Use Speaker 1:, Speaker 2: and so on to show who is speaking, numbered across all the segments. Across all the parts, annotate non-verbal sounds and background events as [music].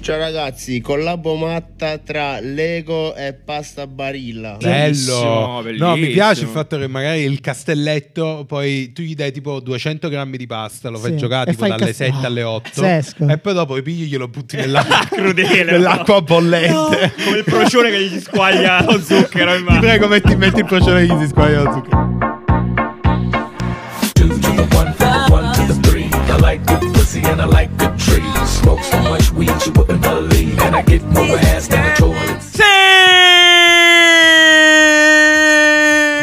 Speaker 1: Ciao ragazzi, collabo matta tra Lego e Pasta Barilla.
Speaker 2: Bello,
Speaker 3: Bellissimo,
Speaker 2: no, mi piace
Speaker 3: bellissimo.
Speaker 2: il fatto che magari il castelletto, poi tu gli dai tipo 200 grammi di pasta, lo fai
Speaker 4: Sì,
Speaker 2: giocare
Speaker 4: e
Speaker 2: tipo
Speaker 4: fai il
Speaker 2: dalle
Speaker 4: cast-
Speaker 2: 7
Speaker 4: Ah,
Speaker 2: alle 8,
Speaker 4: pazzesco.
Speaker 2: e poi dopo i pigli glielo butti nell'acqua,
Speaker 3: [laughs] Crudele,
Speaker 2: nell'acqua bollente.
Speaker 3: Come il procione che gli squaglia lo zucchero in
Speaker 2: [laughs] Ti
Speaker 3: mano.
Speaker 2: prego, metti, metti il procione che gli si squaglia lo zucchero.
Speaker 5: two to the one, from the one to the three. I like good pussy and I like good trees. Smoke so much weed you wouldn't believe, and I get more ass than a toilet.
Speaker 3: Sì!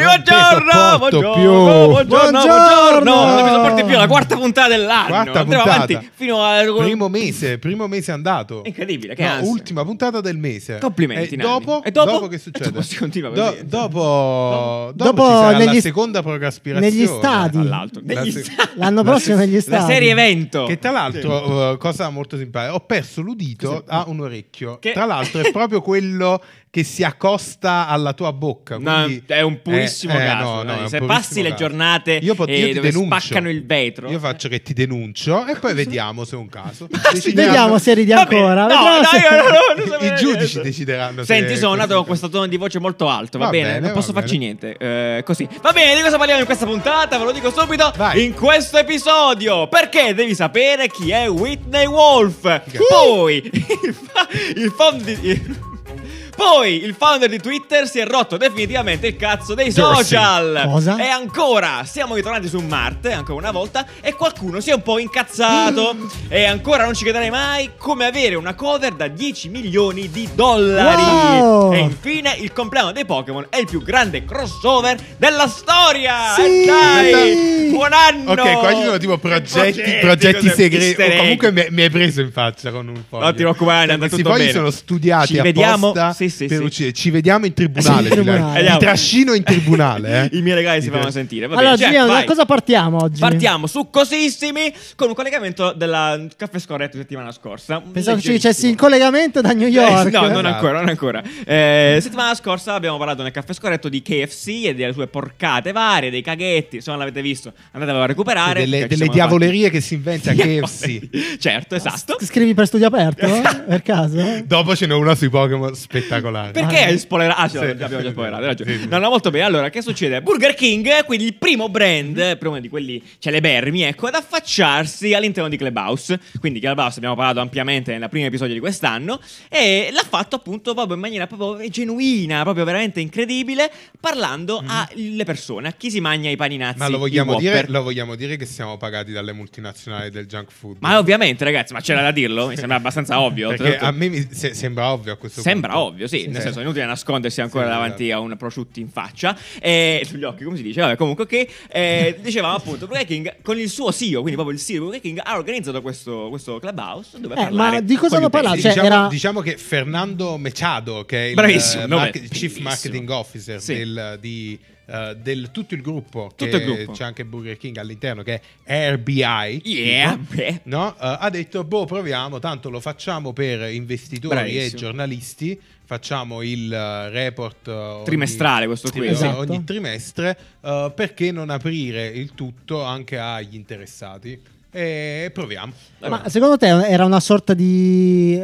Speaker 2: Non ti
Speaker 3: Buongiorno,
Speaker 2: sopporto
Speaker 3: buongiorno,
Speaker 2: più.
Speaker 3: buongiorno,
Speaker 2: Buongiorno.
Speaker 3: buongiorno. Non mi sopporti più, è la quarta puntata dell'anno.
Speaker 2: Quarta
Speaker 3: Andremo
Speaker 2: puntata.
Speaker 3: avanti fino a...
Speaker 2: Primo mese, primo mese è andato.
Speaker 3: Incredibile, che
Speaker 2: No,
Speaker 3: ansia.
Speaker 2: ultima puntata del mese.
Speaker 3: Complimenti,
Speaker 2: E
Speaker 3: Nanni.
Speaker 2: dopo,
Speaker 3: E dopo?
Speaker 2: dopo che
Speaker 3: E
Speaker 2: succede?
Speaker 3: dopo si continua
Speaker 2: Do-
Speaker 3: così.
Speaker 2: dopo, dopo,
Speaker 4: Dopo
Speaker 2: ci sarà
Speaker 4: negli
Speaker 2: la
Speaker 4: st-
Speaker 2: seconda procrastinazione.
Speaker 4: negli stadi.
Speaker 3: All'altro.
Speaker 2: La
Speaker 3: Negli
Speaker 2: se-
Speaker 3: stati.
Speaker 4: L'anno prossimo negli
Speaker 3: La
Speaker 4: Stati.
Speaker 3: serie evento.
Speaker 2: Che tra l'altro, eh, cosa molto simpatica, ho perso l'udito a un orecchio.
Speaker 3: Che-
Speaker 2: Tra l'altro, è proprio quello che si accosta alla tua bocca.
Speaker 3: No,
Speaker 2: quindi-
Speaker 3: è un purissimo
Speaker 2: eh, eh,
Speaker 3: caso.
Speaker 2: no, no,
Speaker 3: dai.
Speaker 2: è un
Speaker 3: Se
Speaker 2: purissimo
Speaker 3: passi le
Speaker 2: caso.
Speaker 3: giornate
Speaker 2: Io pot-
Speaker 3: eh,
Speaker 2: io ti
Speaker 3: dove
Speaker 2: denuncio.
Speaker 3: spaccano il vetro.
Speaker 2: Io faccio che ti denuncio e poi vediamo se è un caso.
Speaker 4: Vediamo se ridi
Speaker 3: Va bene.
Speaker 4: ancora.
Speaker 3: No,
Speaker 4: Vedrò
Speaker 3: no,
Speaker 4: se-
Speaker 3: io no,
Speaker 2: [laughs]
Speaker 3: no, [laughs] non
Speaker 2: I-
Speaker 3: sapevo
Speaker 2: i giudici
Speaker 3: niente.
Speaker 2: decideranno se-
Speaker 3: Senti, sono nato
Speaker 2: questo-
Speaker 3: con questo tono di voce molto alto, va,
Speaker 2: Va
Speaker 3: bene,
Speaker 2: bene,
Speaker 3: non
Speaker 2: va
Speaker 3: posso farci
Speaker 2: bene.
Speaker 3: niente. Eh, così. Va bene, di cosa parliamo in questa puntata? Ve lo dico subito.
Speaker 2: Vai.
Speaker 3: In questo episodio, perché devi sapere chi è Whitney Wolf. Poi il, fa- il fond di- Poi il founder di Twitter si è rotto definitivamente il cazzo dei
Speaker 2: Dorsey.
Speaker 3: social.
Speaker 4: Cosa?
Speaker 3: E ancora siamo ritornati su Marte, ancora una volta, e qualcuno si è un po' incazzato. e ancora non ci crederai mai come avere una cover da 10 milioni di dollari.
Speaker 4: Wow!
Speaker 3: E infine il compleanno dei Pokémon è il più grande crossover della storia.
Speaker 4: Sì!
Speaker 3: E dai! Buon anno!
Speaker 2: Ok, qua ci sono tipo progetti, progetti
Speaker 3: cos'è?
Speaker 2: segreti.
Speaker 3: Easter
Speaker 2: O
Speaker 3: egg.
Speaker 2: comunque mi, mi hai preso in faccia con un foglio.
Speaker 3: No, ti preoccupare, è
Speaker 2: Cioè,
Speaker 3: andato
Speaker 2: Questi
Speaker 3: tutto
Speaker 2: fogli
Speaker 3: bene.
Speaker 2: sono studiati
Speaker 3: Ci vediamo-
Speaker 2: apposta
Speaker 3: sì, sì,
Speaker 2: per
Speaker 3: sì.
Speaker 2: uccidere. Ci vediamo in
Speaker 4: Sì,
Speaker 2: tribunale.
Speaker 4: in
Speaker 2: Pilar.
Speaker 4: tribunale.
Speaker 2: Ti
Speaker 3: Andiamo.
Speaker 2: trascino in tribunale. eh.
Speaker 3: I miei ragazzi si
Speaker 2: Ti
Speaker 3: fanno
Speaker 2: tra-
Speaker 3: sentire. Va bene,
Speaker 4: Allora,
Speaker 3: Jack,
Speaker 4: Gian, da
Speaker 3: vai.
Speaker 4: cosa partiamo oggi?
Speaker 3: Partiamo su Cosissimi con un collegamento della Caffè Scorretto settimana scorsa.
Speaker 4: Pensavo che ci dicessi
Speaker 3: Leggerissimo.
Speaker 4: il collegamento da New
Speaker 3: Eh,
Speaker 4: York.
Speaker 3: No, non
Speaker 2: Esatto.
Speaker 3: ancora, non ancora. Eh, settimana scorsa abbiamo parlato nel caffè scorretto di KFC e delle sue porcate varie, dei caghetti, insomma l'avete visto, andatevelo a recuperare.
Speaker 2: Delle,
Speaker 3: perché ci
Speaker 2: delle
Speaker 3: siamo avanti.
Speaker 2: diavolerie che si inventa KFC.
Speaker 3: [laughs] Certo, esatto.
Speaker 4: Scrivi per
Speaker 3: [laughs]
Speaker 4: studio aperto? eh, per caso?
Speaker 2: Dopo ce n'è una sui Pokémon spettacolare.
Speaker 3: Perché
Speaker 4: Ah,
Speaker 3: hai spoilerato? Ah, sì,
Speaker 2: Sì.
Speaker 3: abbiamo già spoilerato. hai ragione.
Speaker 2: Sì, sì.
Speaker 3: No, no, molto bene. Allora, che succede? Burger King, quindi il primo brand, primo di quelli celebermi, ecco, ad affacciarsi all'interno di Clubhouse. Quindi Clubhouse abbiamo parlato ampiamente nel primo episodio di quest'anno e l'ha fatto appunto proprio in maniera proprio genuina, proprio veramente incredibile, parlando alle persone, a chi si mangia i paninazzi.
Speaker 2: Mm-hmm. Ma lo vogliamo,
Speaker 3: i
Speaker 2: dire,
Speaker 3: Ah, Whopper.
Speaker 2: lo vogliamo dire che siamo pagati dalle multinazionali del junk food.
Speaker 3: Ma ovviamente, ragazzi, ma c'era da dirlo, mi sembra abbastanza ovvio.
Speaker 2: Perché
Speaker 3: Oltretutto-
Speaker 2: a me mi- se- sembra ovvio a questo
Speaker 3: Sembra
Speaker 2: punto.
Speaker 3: ovvio, sì,
Speaker 2: Sì,
Speaker 3: nel
Speaker 2: sì.
Speaker 3: senso è inutile nascondersi ancora
Speaker 2: Sì, esatto.
Speaker 3: davanti a un prosciutto in faccia e sugli occhi, come si dice? Vabbè, comunque che
Speaker 2: [laughs]
Speaker 3: eh, dicevamo appunto Burger King con il suo CEO, quindi proprio il CEO di Burger King ha organizzato questo, questo clubhouse dove
Speaker 4: Eh,
Speaker 3: parlare
Speaker 4: ma di cosa
Speaker 3: con gli
Speaker 4: hanno parlato?
Speaker 3: utenti.
Speaker 4: Cioè,
Speaker 2: diciamo,
Speaker 4: era-
Speaker 2: diciamo che Fernando Meciado, che è il
Speaker 3: Bravissimo,
Speaker 2: eh,
Speaker 3: nome
Speaker 2: market- chief
Speaker 3: bellissimo.
Speaker 2: marketing officer
Speaker 3: Sì.
Speaker 2: del, di, eh, del tutto il gruppo,
Speaker 3: Tutto
Speaker 2: che
Speaker 3: il gruppo.
Speaker 2: c'è anche Burger King all'interno, che è RBI.
Speaker 4: Cioè-
Speaker 3: Yeah,
Speaker 2: tipo,
Speaker 3: beh.
Speaker 2: no? Eh, ha detto, boh, proviamo, tanto lo facciamo per investitori
Speaker 3: Bravissimo.
Speaker 2: e giornalisti, facciamo il eh, report eh, ogni-
Speaker 3: Trimestrale, questo qui,
Speaker 2: tri-
Speaker 4: Esatto.
Speaker 2: ogni trimestre, eh, perché non aprire il tutto anche agli interessati? E proviamo.
Speaker 4: Ma secondo te era una sorta di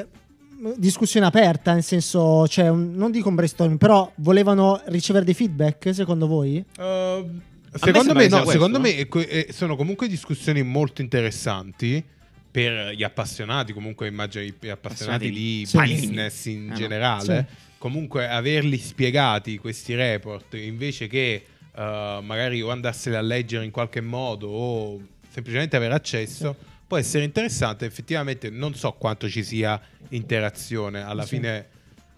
Speaker 4: discussione aperta, nel senso, cioè, un- non dico un brainstorming, però volevano ricevere dei feedback, secondo voi?
Speaker 2: Ehm,
Speaker 3: sembra
Speaker 2: secondo
Speaker 3: che
Speaker 2: me,
Speaker 3: sia
Speaker 2: no,
Speaker 3: questo,
Speaker 2: secondo
Speaker 3: no?
Speaker 2: me, eh, que- eh, sono comunque discussioni molto interessanti per gli appassionati, comunque immagino gli appassionati
Speaker 3: Appassionati di
Speaker 2: di
Speaker 3: panini.
Speaker 2: business in
Speaker 3: Ah, no.
Speaker 2: generale. Comunque averli spiegati questi report invece che eh, magari o andarseli a leggere in qualche modo o semplicemente avere accesso può essere interessante. Effettivamente non so quanto ci sia interazione. Alla
Speaker 4: Sì.
Speaker 2: fine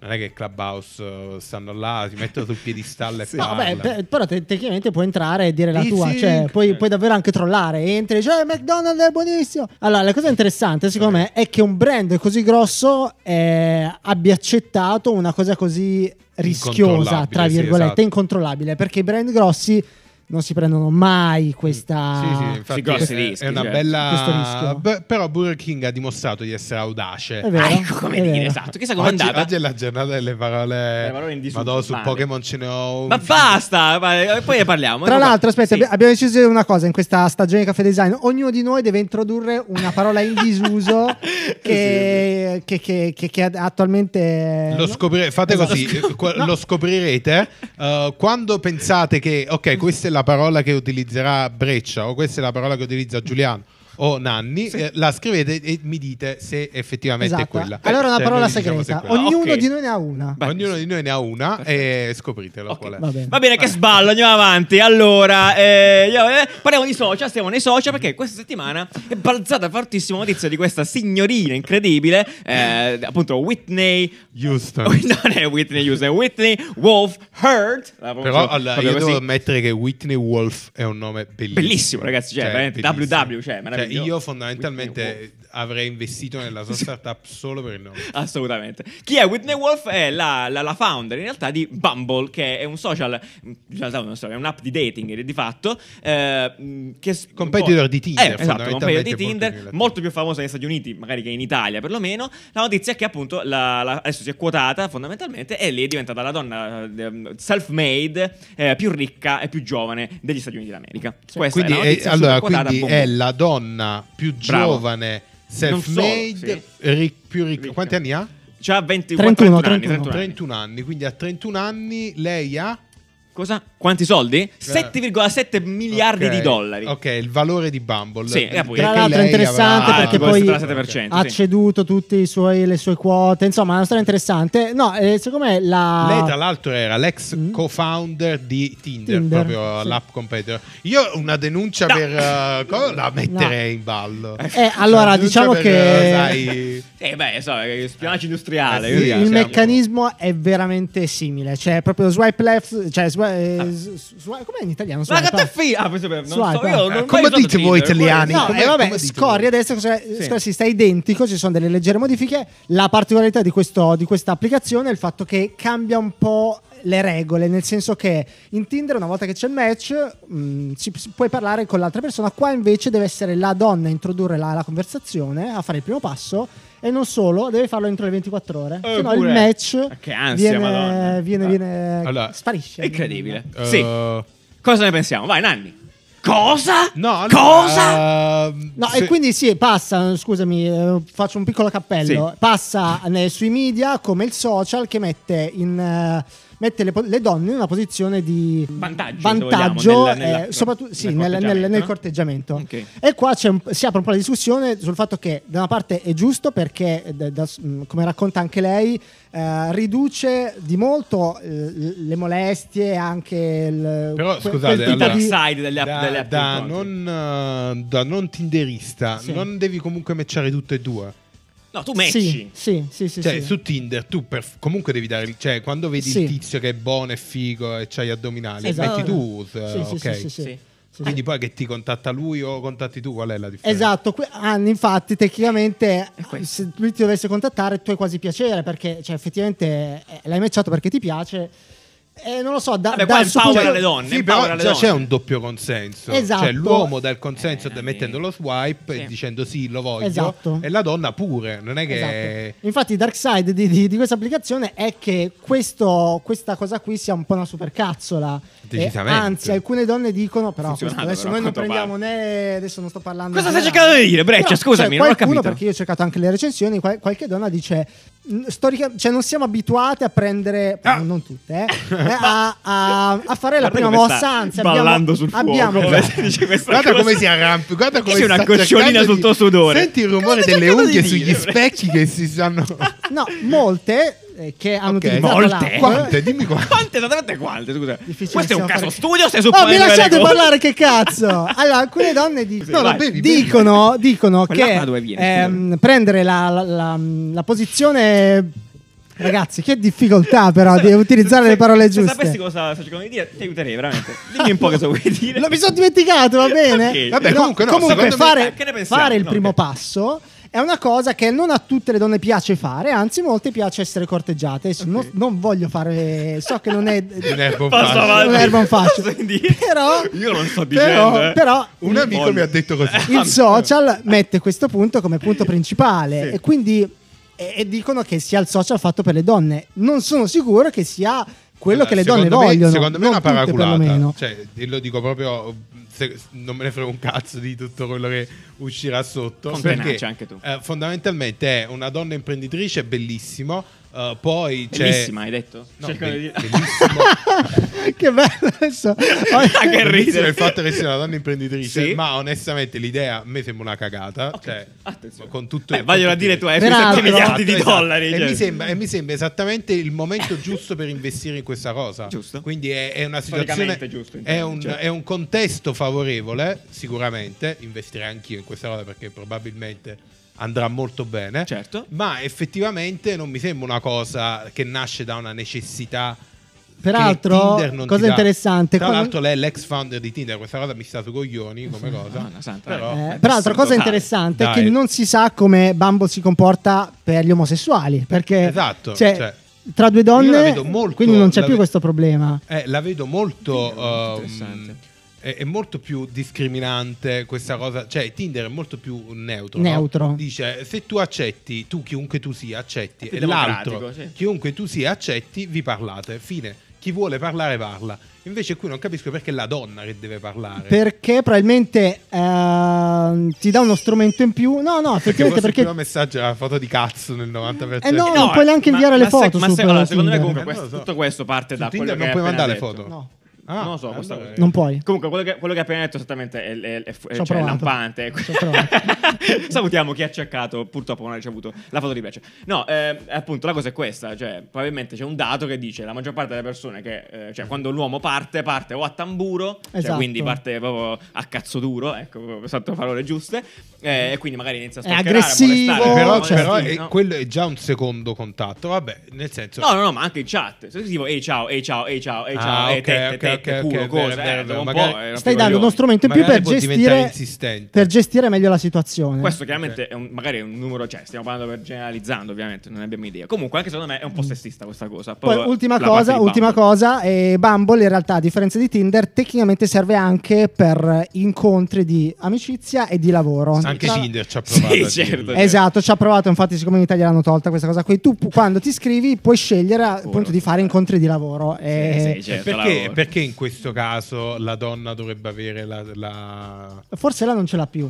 Speaker 2: non è che Clubhouse eh, stanno là, si mettono sul piedistallo e
Speaker 4: No, vabbè,
Speaker 2: parlano.
Speaker 4: pe- però te- tecnicamente puoi entrare e dire la
Speaker 2: Sì,
Speaker 4: tua,
Speaker 2: sì.
Speaker 4: cioè puoi,
Speaker 2: Eh.
Speaker 4: puoi davvero anche trollare. Entri e dici, eh, McDonald's è buonissimo. Allora, la cosa interessante, secondo me, è che un brand così grosso eh, abbia accettato una cosa così rischiosa,
Speaker 2: Incontrollabile,
Speaker 4: tra
Speaker 2: sì,
Speaker 4: virgolette,
Speaker 2: esatto.
Speaker 4: incontrollabile, perché i brand grossi non si prendono mai
Speaker 2: Mm.
Speaker 4: questa...
Speaker 2: Sì, sì, infatti
Speaker 3: grossi
Speaker 2: è,
Speaker 3: rischi,
Speaker 2: è una
Speaker 3: certo.
Speaker 4: Ah. Questo
Speaker 2: bella...
Speaker 4: rischio.
Speaker 2: Beh, però Burger King ha dimostrato di essere audace.
Speaker 4: È vero.
Speaker 3: Ah, [laughs] ecco come
Speaker 4: è
Speaker 3: dire,
Speaker 4: vero.
Speaker 3: esatto. Chissà com'è
Speaker 2: Oggi,
Speaker 3: andata.
Speaker 2: oggi è la giornata delle
Speaker 3: Le parole
Speaker 2: parole.
Speaker 3: in disuso,
Speaker 2: Madonna, su
Speaker 3: male.
Speaker 2: Pokémon ce ne ho un
Speaker 3: Ma basta, ma- poi ne parliamo.
Speaker 4: Tra
Speaker 3: Ecco qua.
Speaker 4: l'altro, aspetta,
Speaker 3: Sì.
Speaker 4: abbi- abbiamo deciso una cosa in questa stagione di Caffè Design. Ognuno di noi deve introdurre una parola in
Speaker 2: [laughs]
Speaker 4: disuso che, che- che- che- che attualmente.
Speaker 2: Lo scopri- fate
Speaker 4: Esatto.
Speaker 2: così, eh, qua- lo scoprirete eh, quando pensate che, ok, questa è la parola che utilizzerà Breccia o questa è la parola che utilizza Giuliano o Nanni, eh, la scrivete e mi dite se effettivamente è
Speaker 4: Esatto.
Speaker 2: quella.
Speaker 4: Allora, una
Speaker 2: Cioè,
Speaker 4: parola
Speaker 2: noi diciamo se è
Speaker 4: segreta.
Speaker 2: quella.
Speaker 4: Ognuno
Speaker 3: Ok.
Speaker 4: di noi ne ha una.
Speaker 3: Beh,
Speaker 2: Ognuno di noi ne ha una e scopritelo
Speaker 3: Ok,
Speaker 2: qual è.
Speaker 4: Va bene.
Speaker 3: Va bene, che sballo, andiamo avanti. Allora, eh, io- eh, parliamo di social, stiamo nei social perché questa settimana è balzata fortissima notizia di questa signorina incredibile, eh, appunto Whitney...
Speaker 2: Houston.
Speaker 3: [laughs] Non è Whitney Houston, è Whitney Wolf Heard. La pronuncio
Speaker 2: Però allora,
Speaker 3: proprio
Speaker 2: io devo
Speaker 3: così.
Speaker 2: ammettere che Whitney Wolf è un nome bellissimo.
Speaker 3: Bellissimo, ragazzi, cioè, veramente,
Speaker 2: bellissimo.
Speaker 3: WW, cioè, meraviglioso.
Speaker 2: io
Speaker 3: Whitney
Speaker 2: fondamentalmente avrei investito nella sua startup solo per il nome.
Speaker 3: Assolutamente. Chi è Whitney Wolf è la, la- la founder in realtà di Bumble, che è un social, in realtà non so, è un'app di dating di fatto. eh, mh, che s-
Speaker 2: Competitor di Tinder,
Speaker 3: Eh, esatto, competitor
Speaker 2: fondamentalmente
Speaker 3: di Tinder,
Speaker 2: molto
Speaker 3: molto,
Speaker 2: più
Speaker 3: più famosa negli Stati Uniti, magari che in Italia perlomeno. La notizia è che appunto la- la- adesso si è quotata fondamentalmente e lei è diventata la donna eh, self-made eh, più ricca e più giovane degli Stati Uniti d'America. Questa
Speaker 2: quindi
Speaker 3: è la
Speaker 2: è,
Speaker 3: notizia
Speaker 2: allora,
Speaker 3: superquotata,
Speaker 2: quindi
Speaker 3: boom.
Speaker 2: è la donna più
Speaker 3: Bravo.
Speaker 2: giovane,
Speaker 3: Non solo,
Speaker 2: self-made,
Speaker 3: sì.
Speaker 2: ric- più ricca.
Speaker 3: Ricca.
Speaker 2: Quanti anni ha?
Speaker 3: C'ha 20
Speaker 4: 31,
Speaker 3: 31, anni, 31
Speaker 4: 31.
Speaker 3: anni.
Speaker 2: 31 anni, quindi a 31 anni lei ha
Speaker 3: Cosa? Quanti soldi? 7,7 miliardi
Speaker 2: Eh. Ok,
Speaker 3: di dollari.
Speaker 2: Ok, il valore di Bumble.
Speaker 3: Sì, Ah, e poi-
Speaker 2: Perché
Speaker 4: Tra l'altro è
Speaker 2: lei
Speaker 4: interessante
Speaker 2: avrà-
Speaker 4: perché
Speaker 3: tipo
Speaker 4: poi-
Speaker 3: 77%.
Speaker 4: Ha
Speaker 3: sì.
Speaker 4: ceduto tutte i suoi- le sue quote. Insomma, è una storia interessante. No, eh, secondo me la.
Speaker 2: Lei, tra l'altro, era l'ex
Speaker 4: Ah. Mm.
Speaker 2: co-founder di Tinder,
Speaker 4: Tinder,
Speaker 2: proprio
Speaker 4: sì.
Speaker 2: l'app competitor. Io una denuncia
Speaker 3: No.
Speaker 2: per eh, cosa la metterei in ballo.
Speaker 4: Eh, allora,
Speaker 2: Una denuncia
Speaker 4: diciamo
Speaker 2: per,
Speaker 4: che-
Speaker 2: eh, sai,
Speaker 3: Eh, beh, so, eh, spionaggio industriale.
Speaker 2: Eh,
Speaker 3: io
Speaker 2: sì,
Speaker 3: dico,
Speaker 4: il
Speaker 3: siamo-
Speaker 4: meccanismo è veramente simile, cioè proprio swipe left, cioè swi-
Speaker 3: Ah.
Speaker 4: s- swi- com'è in italiano?
Speaker 3: Ma
Speaker 4: Swipe
Speaker 3: che te
Speaker 4: up?
Speaker 3: fi- Ah, questo per- non
Speaker 4: Swipe,
Speaker 3: so,
Speaker 4: eh.
Speaker 3: io non
Speaker 2: Come
Speaker 3: mai usato
Speaker 2: dite voi
Speaker 3: Tinder,
Speaker 2: italiani?
Speaker 4: No,
Speaker 3: poi-
Speaker 2: Com'è-
Speaker 4: e vabbè,
Speaker 2: come dite
Speaker 4: scorri
Speaker 2: voi?
Speaker 4: adesso, cosa- scorsi sta identico, ci sono delle leggere modifiche. La particolarità di, questo- di questa applicazione è il fatto che cambia un po' le regole, nel senso che in Tinder una volta che c'è il match mh, ci- si- puoi parlare con l'altra persona, qua invece deve essere la donna a introdurre la, la conversazione, a fare il primo passo e non solo, deve farlo entro le 24 ore,
Speaker 3: Eh,
Speaker 4: se no il
Speaker 3: pure.
Speaker 4: match
Speaker 3: Che ansia, madonna.
Speaker 4: viene, viene,
Speaker 3: Ah.
Speaker 4: viene-
Speaker 2: Allora,
Speaker 4: sparisce.
Speaker 3: Incredibile.
Speaker 2: eh,
Speaker 3: Sì. Cosa ne pensiamo? Vai, Nanni. Cosa?
Speaker 2: No, allora,
Speaker 3: Cosa?
Speaker 2: ehm,
Speaker 4: No,
Speaker 2: se-
Speaker 4: e quindi sì, passa, scusami, eh, faccio un piccolo cappello,
Speaker 3: Sì.
Speaker 4: passa nei- sui media come il social che mette, in, eh, mette le, po- le donne in una posizione di
Speaker 3: Vantaggio, se
Speaker 4: vantaggio,
Speaker 3: vogliamo, nel-
Speaker 4: eh,
Speaker 3: nell'atto,
Speaker 4: soprattutto sì,
Speaker 3: nel
Speaker 4: nel, nel-
Speaker 3: corteggiamento,
Speaker 4: nel
Speaker 3: no?
Speaker 4: corteggiamento.
Speaker 3: Ok.
Speaker 4: E qua c'è un- si apre un po' la discussione sul fatto che da una parte è giusto perché, eh, da- da- mh, come racconta anche lei, eh, riduce di molto eh, l- le molestie, anche il...
Speaker 2: Però
Speaker 4: que-
Speaker 2: scusate,
Speaker 4: quel tipo
Speaker 2: eh, allora-
Speaker 4: di-
Speaker 3: Side delle app- delle
Speaker 2: da,
Speaker 3: app
Speaker 2: da
Speaker 3: incontri.
Speaker 2: non, eh, da non tinderista,
Speaker 4: Sì.
Speaker 2: non devi comunque matchare tutte e due.
Speaker 3: No, tu matchi.
Speaker 4: Sì, sì, sì, sì,
Speaker 2: cioè,
Speaker 4: sì.
Speaker 2: su Tinder tu per- comunque devi dare. il- Cioè, quando vedi
Speaker 4: Sì.
Speaker 2: il tizio che è buono e figo e c'ha gli addominali,
Speaker 4: Esatto.
Speaker 2: metti tu. eh,
Speaker 4: Sì, sì,
Speaker 2: ok.
Speaker 4: sì, sì, sì.
Speaker 3: Sì.
Speaker 4: Sì,
Speaker 2: Quindi
Speaker 4: sì.
Speaker 2: poi che ti contatta lui o contatti tu, qual è la differenza?
Speaker 4: Esatto, que- Anni, infatti, tecnicamente eh,
Speaker 3: È questo.
Speaker 4: se lui ti dovesse contattare, tu hai quasi piacere perché cioè, effettivamente eh, l'hai matchato perché ti piace. E non lo so, da,
Speaker 3: Vabbè, qua
Speaker 4: dal suo
Speaker 3: empowera
Speaker 4: punto-
Speaker 3: le donne.
Speaker 2: Sì,
Speaker 3: empower
Speaker 2: però
Speaker 3: alle
Speaker 2: già
Speaker 3: donne.
Speaker 2: c'è un doppio consenso.
Speaker 4: Esatto.
Speaker 2: Cioè, l'uomo dà il consenso
Speaker 3: Eh,
Speaker 2: mettendo lo swipe
Speaker 3: sì.
Speaker 2: e dicendo sì, lo voglio.
Speaker 4: Esatto.
Speaker 2: E la donna pure. Non è che.
Speaker 4: Esatto. Infatti, il dark side di, di- di questa applicazione è che questo- questa cosa qui sia un po' una supercazzola.
Speaker 2: Decisamente.
Speaker 4: E anzi, alcune donne dicono: Però questo
Speaker 3: Funzionale,
Speaker 4: adesso
Speaker 3: però,
Speaker 4: noi non
Speaker 3: a quanto
Speaker 4: prendiamo né. Adesso non sto parlando.
Speaker 3: Cosa
Speaker 4: in
Speaker 3: stai
Speaker 4: generale.
Speaker 3: cercando di dire, Breccia?
Speaker 4: Però,
Speaker 3: Scusami,
Speaker 4: cioè,
Speaker 3: non ho
Speaker 4: qualcuno,
Speaker 3: capito.
Speaker 4: Perché io ho cercato anche le recensioni. qual- qualche donna dice. "Mh, storica- cioè, non siamo abituate a prendere,
Speaker 3: Ah.
Speaker 4: non tutte, eh,
Speaker 3: [laughs]
Speaker 4: eh, a, a- a fare
Speaker 3: Guarda
Speaker 4: la prima
Speaker 3: come
Speaker 4: mossa.
Speaker 3: sta
Speaker 4: Anzi,
Speaker 3: ballando
Speaker 4: abbiamo,
Speaker 3: sul fuoco.
Speaker 4: abbiamo-
Speaker 3: Esatto. Dice questa
Speaker 2: Guarda
Speaker 3: cosa.
Speaker 2: come si arrampica, guarda come
Speaker 3: C'è una
Speaker 2: sta
Speaker 3: gocciolina
Speaker 2: cercando
Speaker 3: sul
Speaker 2: di-
Speaker 3: tuo sudore.
Speaker 2: Senti il
Speaker 3: Cosa
Speaker 2: rumore
Speaker 3: stai
Speaker 2: delle
Speaker 3: cercando di
Speaker 2: unghie
Speaker 3: dire,
Speaker 2: sugli
Speaker 3: Breccia?
Speaker 2: specchi che si
Speaker 3: [laughs]
Speaker 2: stanno.
Speaker 4: no, molte eh, che hanno
Speaker 2: Ok.
Speaker 4: utilizzato la-
Speaker 3: Molte?
Speaker 2: Quante? Dimmi quante.
Speaker 3: Esatto, Quante? Esattamente quante? Scusa.
Speaker 4: Difficile
Speaker 3: Questo è un
Speaker 4: siamo
Speaker 3: caso
Speaker 4: fare-
Speaker 3: studio? Stai
Speaker 4: No, mi
Speaker 3: supponendo
Speaker 4: lasciate
Speaker 3: delle cose?
Speaker 4: parlare
Speaker 3: [laughs]
Speaker 4: che cazzo. Allora, alcune donne di-
Speaker 3: Sì, No, no, vai.
Speaker 2: bevi, bevi.
Speaker 4: dicono, dicono
Speaker 3: Quella
Speaker 4: che
Speaker 3: qua dove viene,
Speaker 4: ehm, prendere la, la- la- la posizione... Ragazzi, che difficoltà però di utilizzare
Speaker 3: Se-
Speaker 4: le parole
Speaker 3: se
Speaker 4: giuste.
Speaker 3: sapessi cosa sto cercando di dire, ti aiuterei veramente. Dimmi un po' cosa vuoi dire.
Speaker 4: Lo- mi sono dimenticato, va bene?
Speaker 3: Ok. Vabbè,
Speaker 4: No,
Speaker 2: comunque no, secondo me-
Speaker 4: fare,
Speaker 3: Eh, che ne pensiamo?
Speaker 4: fare il
Speaker 3: No,
Speaker 4: primo
Speaker 3: ok.
Speaker 4: passo È una cosa che non a tutte le donne piace fare, anzi, molte piace essere corteggiate. Adesso Non, non voglio fare. So che non è.
Speaker 2: Un erbo
Speaker 3: Passo
Speaker 2: facile.
Speaker 3: avanti.
Speaker 4: Non è un fascio.
Speaker 3: Passo indietro.
Speaker 4: Però.
Speaker 3: Io non sto dicendo.
Speaker 4: Però,
Speaker 3: eh.
Speaker 4: però
Speaker 2: Un amico
Speaker 3: Voglio.
Speaker 2: mi ha detto così.
Speaker 4: il social mette questo punto come punto principale
Speaker 2: Sì.
Speaker 4: e quindi e, e dicono che sia il social fatto per le donne. Non sono sicuro che sia quello che le donne
Speaker 2: Secondo me-
Speaker 4: vogliono.
Speaker 2: Secondo me è
Speaker 4: non
Speaker 2: una
Speaker 4: tutte,
Speaker 2: paraculata.
Speaker 4: perlomeno.
Speaker 2: Cioè, e lo dico proprio. se- non me ne frega un cazzo di tutto quello che uscirà sotto.
Speaker 3: Con
Speaker 2: perché,
Speaker 3: tenacia anche tu.
Speaker 2: eh, fondamentalmente è una donna imprenditrice, bellissimo. eh, poi c'è.
Speaker 3: Bellissima, hai detto?
Speaker 2: Cioè, No,
Speaker 3: Cercando
Speaker 2: be-
Speaker 3: di- [laughs]
Speaker 2: bellissimo.
Speaker 4: [laughs] che bello
Speaker 2: [laughs]
Speaker 4: adesso. Eh,
Speaker 3: Ah, che ridere.
Speaker 2: Bellissimo il fatto che sia una donna imprenditrice,
Speaker 3: Sì.
Speaker 2: ma onestamente l'idea a me sembra una cagata. Cioè,
Speaker 3: Attenzione.
Speaker 2: con tutto
Speaker 3: Beh, vaglielo a dire tu, hai preso
Speaker 4: Peraltro-
Speaker 3: 7 miliardi di
Speaker 2: Esatto, esatto.
Speaker 3: dollari.
Speaker 2: E
Speaker 3: cioè.
Speaker 2: mi, sembra, e mi sembra esattamente il momento giusto per investire in questa cosa.
Speaker 3: Giusto.
Speaker 2: Quindi è, è una situazione.
Speaker 3: Storicamente giusto,
Speaker 2: È
Speaker 3: intendo,
Speaker 2: un,
Speaker 3: certo.
Speaker 2: è un contesto favorevole, sicuramente. Investirei anch'io in questa cosa perché probabilmente andrà molto bene.
Speaker 3: Certo.
Speaker 2: Ma effettivamente non mi sembra una cosa che nasce da una necessità.
Speaker 4: Peraltro,
Speaker 2: che Tinder non
Speaker 4: cosa
Speaker 2: ti dà.
Speaker 4: interessante,
Speaker 2: Tra
Speaker 4: quando-
Speaker 2: l'altro, lei è l'ex founder di Tinder. Questa cosa mi sta sui coglioni come cosa.
Speaker 3: Madonna Ah, santa,
Speaker 2: Però-
Speaker 3: dai.
Speaker 4: Eh, peraltro, cosa
Speaker 3: Dai.
Speaker 4: interessante è che
Speaker 2: Dai.
Speaker 4: non si sa come Bumble si comporta per gli omosessuali. Perché
Speaker 2: Esatto,
Speaker 4: cioè,
Speaker 2: cioè,
Speaker 4: tra due
Speaker 2: io la
Speaker 4: donne,
Speaker 2: vedo molto-
Speaker 4: quindi non c'è
Speaker 2: la
Speaker 4: più
Speaker 2: ve-
Speaker 4: questo problema.
Speaker 2: Eh, la vedo molto.
Speaker 3: Molto
Speaker 2: ehm,
Speaker 3: interessante.
Speaker 2: è, è molto più discriminante questa cosa. Cioè, Tinder è molto più neutro. no?
Speaker 4: Neutro.
Speaker 2: Dice: se tu accetti, tu chiunque tu sia, accetti.
Speaker 3: più
Speaker 2: E l'altro,
Speaker 3: democratico, sì.
Speaker 2: chiunque tu sia, accetti, vi parlate. Fine. Chi vuole parlare parla. Invece qui non capisco perché è la donna che deve parlare.
Speaker 4: Perché probabilmente ehm, ti dà uno strumento in più. No, no,
Speaker 2: perché forse
Speaker 4: effettivamente perché.
Speaker 2: il primo messaggio è la foto di cazzo nel 90%.
Speaker 4: Eh no,
Speaker 3: No,
Speaker 4: non puoi neanche
Speaker 3: ma-
Speaker 4: inviare le
Speaker 3: ma
Speaker 4: foto.
Speaker 3: se- ma
Speaker 4: su
Speaker 3: se- allora,
Speaker 4: per
Speaker 3: secondo me
Speaker 4: Tinder.
Speaker 2: Eh,
Speaker 3: comunque- questo- tutto questo parte
Speaker 2: Su
Speaker 3: da
Speaker 2: Tinder
Speaker 3: quello
Speaker 2: non
Speaker 3: che
Speaker 2: puoi
Speaker 3: hai
Speaker 2: mandare
Speaker 3: appena
Speaker 2: foto.
Speaker 3: detto.
Speaker 4: No,
Speaker 2: Ah,
Speaker 3: non lo so, questa
Speaker 2: allora-
Speaker 3: cosa.
Speaker 4: non puoi.
Speaker 3: Comunque, quello che, quello che hai appena detto esattamente è, è, è,
Speaker 4: Ci ho
Speaker 3: cioè, è
Speaker 4: provato.
Speaker 3: lampante.
Speaker 4: Ci ho provato.
Speaker 3: Salutiamo chi ha cercato, purtroppo non ha ricevuto la foto di piace. No, eh, appunto, la cosa è questa: cioè, probabilmente c'è un dato che dice la maggior parte delle persone che, eh, cioè, quando l'uomo parte, parte o a tamburo, cioè,
Speaker 4: Esatto.
Speaker 3: quindi parte proprio a cazzo duro, ecco, proprio esatto, parole giuste, eh, e quindi magari inizia a
Speaker 4: È
Speaker 3: stalkerare, a
Speaker 4: aggressivo,
Speaker 3: molestare,
Speaker 2: Eh, però,
Speaker 3: molestare,
Speaker 2: però è-
Speaker 3: no?
Speaker 2: quello è già un secondo contatto. Vabbè, nel senso.
Speaker 3: No, no, no, ma anche in chat. Se tipo, ehi ciao, ehi ciao, ehi ciao, ehi
Speaker 2: Ah,
Speaker 3: ciao, ehi
Speaker 2: ok,
Speaker 3: tette,
Speaker 2: ok,
Speaker 3: tette,
Speaker 2: ok,
Speaker 3: culo,
Speaker 2: ok,
Speaker 3: cose,
Speaker 2: vero, vero,
Speaker 3: eh, dopo un
Speaker 2: magari-
Speaker 3: po' era
Speaker 4: Stai
Speaker 3: più
Speaker 4: dando uno
Speaker 3: coglioni.
Speaker 4: strumento in più
Speaker 2: Magari
Speaker 4: per
Speaker 2: può diventare
Speaker 4: gestire,
Speaker 2: insistente.
Speaker 4: per gestire meglio la situazione.
Speaker 3: Questo chiaramente è un, magari è un numero, cioè stiamo parlando per generalizzando ovviamente, non ne abbiamo idea. Comunque anche secondo me è un po' sessista questa cosa.
Speaker 4: Mm. Poi,
Speaker 3: Proprio
Speaker 4: ultima
Speaker 3: la parte
Speaker 4: cosa,
Speaker 3: di
Speaker 4: ultima
Speaker 3: Bumble.
Speaker 4: cosa, eh, Bumble in realtà a differenza di Tinder tecnicamente serve anche per incontri di amicizia e di lavoro.
Speaker 2: Anche
Speaker 4: Tra-
Speaker 2: Tinder eh. ci ha provato. a
Speaker 3: certo.
Speaker 2: dirlo.
Speaker 4: Esatto, ci ha provato, infatti siccome in Italia l'hanno tolta questa cosa qui, tu pu- quando ti iscrivi puoi scegliere appunto di fare incontri di lavoro.
Speaker 3: Sì,
Speaker 4: e-
Speaker 3: sì, certo,
Speaker 2: Perché,
Speaker 3: lavoro.
Speaker 2: perché in questo caso la donna dovrebbe avere la. la-
Speaker 4: Forse là non ce l'ha più.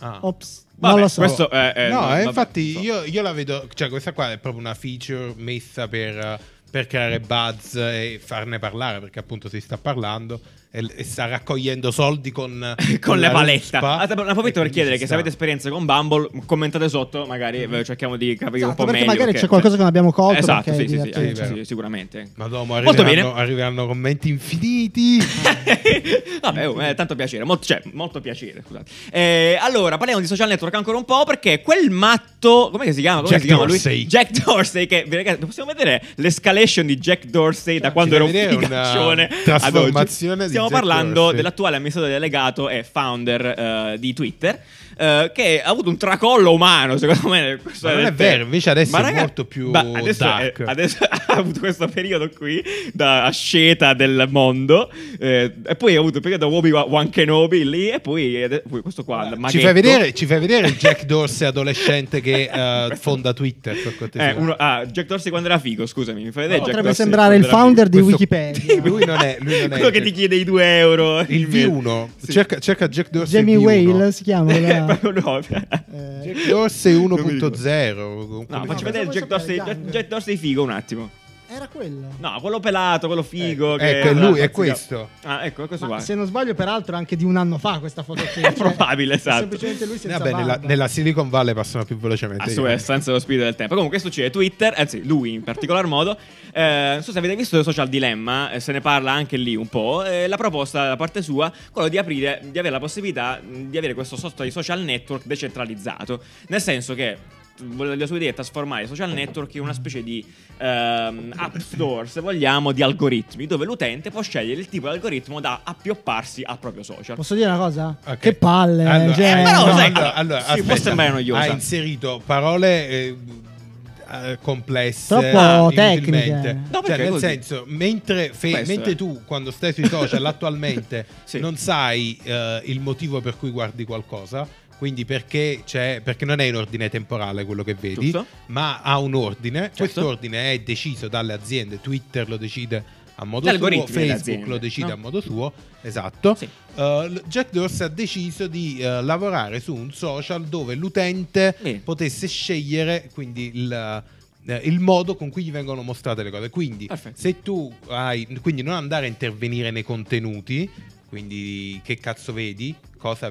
Speaker 2: Ah.
Speaker 4: Ops,
Speaker 3: Vabbè,
Speaker 4: non lo so.
Speaker 3: Questo è, è-
Speaker 2: no, eh,
Speaker 3: vabbè,
Speaker 2: infatti
Speaker 3: so.
Speaker 2: io, io la vedo. Cioè, questa qua è proprio una feature messa per, per creare buzz e farne parlare. Perché appunto si sta parlando e, e sta raccogliendo soldi con,
Speaker 3: [laughs] [laughs] con Ah, le
Speaker 2: la
Speaker 3: palette.
Speaker 2: ruspa.
Speaker 3: ne approfitto per
Speaker 2: E quindi
Speaker 3: chiedere
Speaker 2: ci
Speaker 3: che se
Speaker 2: sta.
Speaker 3: avete esperienze con Bumble, commentate sotto, magari eh, cerchiamo di capire un
Speaker 4: Mm. Esatto,
Speaker 3: po'
Speaker 4: perché
Speaker 3: meglio.
Speaker 4: magari
Speaker 3: che-
Speaker 4: c'è qualcosa che non abbiamo colto,
Speaker 3: Esatto,
Speaker 4: perché
Speaker 3: sì, sì,
Speaker 4: è
Speaker 3: sì,
Speaker 4: divertente.
Speaker 3: sì,
Speaker 2: Sì, vero.
Speaker 3: sì, sicuramente.
Speaker 2: Ma dopo
Speaker 3: Molto bene.
Speaker 2: arriveranno, arriveranno commenti infiniti.
Speaker 3: [laughs] Vabbè, oh, eh, tanto piacere, molto, cioè, molto piacere, scusate. Eh, allora, parliamo di social network ancora un po' perché quel matto, come si chiama? Come
Speaker 2: Jack
Speaker 3: si chiama lui?
Speaker 2: Dorsey.
Speaker 3: Jack Dorsey che vi ragazzi, possiamo vedere l'escalation di Jack Dorsey da quando
Speaker 2: Cioè, Ci
Speaker 3: era
Speaker 2: deve
Speaker 3: un
Speaker 2: vedere una
Speaker 3: figaccione ad oggi.
Speaker 2: trasformazione di
Speaker 3: Stiamo
Speaker 2: Jack
Speaker 3: parlando
Speaker 2: Dorsey.
Speaker 3: dell'attuale amministratore delegato e founder eh, di Twitter eh, che ha avuto un tracollo umano, secondo me. questo
Speaker 2: Ma non è vero, invece adesso è molto più
Speaker 3: ma adesso,
Speaker 2: dark.
Speaker 3: eh, adesso [laughs] ha avuto questo periodo qui da asceta del mondo. eh, e poi ha avuto il periodo Obi Wan Kenobi lì. E poi, ade- poi questo qua. il
Speaker 2: Ah, Ci
Speaker 3: maghetto.
Speaker 2: fai, vedere, ci fai vedere il Jack Dorsey adolescente che
Speaker 3: [laughs]
Speaker 2: eh, fonda Twitter per cortesia.
Speaker 3: Eh, uno- ah, Jack Dorsey quando era figo, scusami, mi fai vedere. Jack
Speaker 4: Potrebbe
Speaker 3: Dorsey
Speaker 4: sembrare il
Speaker 3: quando era
Speaker 4: founder di
Speaker 3: [laughs]
Speaker 2: Questo- [laughs]
Speaker 4: Wikipedia.
Speaker 2: Lui non è, lui non è
Speaker 3: figo. Quello che ti chiede i 2 euro.
Speaker 2: il V1. Cerca, cerca Jack Dorsey
Speaker 4: Jamie
Speaker 2: V1.
Speaker 4: Whale
Speaker 3: [laughs]
Speaker 4: si chiama.
Speaker 3: Eh,
Speaker 4: la-
Speaker 3: [laughs] proprio no.
Speaker 4: eh,
Speaker 2: Jack Dorsey
Speaker 3: Non mi ricordo.
Speaker 2: 1.0.
Speaker 3: No, faccio
Speaker 4: cosa
Speaker 3: vedere il
Speaker 4: vuoi
Speaker 3: Jack Dorsey,
Speaker 4: sapere, Young?
Speaker 3: Jack Dorsey figo un attimo.
Speaker 4: Era quello.
Speaker 3: No, quello pelato, quello figo.
Speaker 2: Ecco,
Speaker 3: che-
Speaker 2: ecco, è lui, è
Speaker 3: Pazzicato.
Speaker 2: questo.
Speaker 3: Ah, ecco, è questo
Speaker 4: Ma
Speaker 3: qua.
Speaker 4: se non sbaglio, peraltro, anche di un anno fa questa foto qui.
Speaker 3: [laughs]
Speaker 4: cioè,
Speaker 3: È probabile, esatto.
Speaker 4: Semplicemente lui senza
Speaker 2: Vabbè, nella,
Speaker 4: barba.
Speaker 2: nella Silicon Valley passano più velocemente.
Speaker 3: Ah, su, eh, senza lo spirito del tempo. Comunque, che succede? Twitter, anzi, lui in particolar modo. eh, non so se avete visto il Social Dilemma, eh, se ne parla anche lì un po'. eh, la proposta da parte sua, quello di aprire, mm, di avere la possibilità mh, di avere questo sorta di social network decentralizzato. Nel senso che. mm, voglio solo dire, trasformare i social network in una specie di ehm, app store, se vogliamo, di algoritmi, dove l'utente può scegliere il tipo di algoritmo da appiopparsi al proprio social.
Speaker 4: Posso dire una cosa?
Speaker 2: Ok.
Speaker 4: Che palle.
Speaker 2: Allora,
Speaker 4: cioè,
Speaker 3: eh, però
Speaker 4: no.
Speaker 3: sai-
Speaker 2: allora, allora,
Speaker 3: sì, può
Speaker 2: aspetta.
Speaker 3: sembrare noiosa.
Speaker 2: Ha inserito parole eh, eh, complesse, ah,
Speaker 4: Troppo
Speaker 2: inutilmente.
Speaker 4: tecniche.
Speaker 3: No,
Speaker 2: cioè,
Speaker 3: perché
Speaker 2: nel
Speaker 3: così?
Speaker 2: senso, mentre, fe-
Speaker 3: Questo,
Speaker 2: mentre
Speaker 3: eh.
Speaker 2: tu quando stai
Speaker 3: [laughs]
Speaker 2: sui social attualmente
Speaker 3: Sì.
Speaker 2: non sai eh, il motivo per cui guardi qualcosa, quindi perché, c'è, perché non è in ordine temporale quello che vedi,
Speaker 3: Giusto.
Speaker 2: ma ha un ordine.
Speaker 3: Certo.
Speaker 2: Questo ordine è deciso dalle aziende, Twitter lo decide. A modo
Speaker 3: Gli
Speaker 2: suo,
Speaker 3: algoritmi delle
Speaker 2: Facebook lo
Speaker 3: aziende,
Speaker 2: decide
Speaker 3: no?
Speaker 2: a modo suo, esatto.
Speaker 3: Sì.
Speaker 2: Uh, l- Jack Dorsey ha deciso di uh, lavorare su un social dove l'utente
Speaker 3: Bene.
Speaker 2: potesse scegliere quindi il, eh, il modo con cui gli vengono mostrate le cose. Quindi,
Speaker 3: Perfetto.
Speaker 2: se tu hai, quindi non andare a intervenire nei contenuti, quindi che cazzo vedi, cosa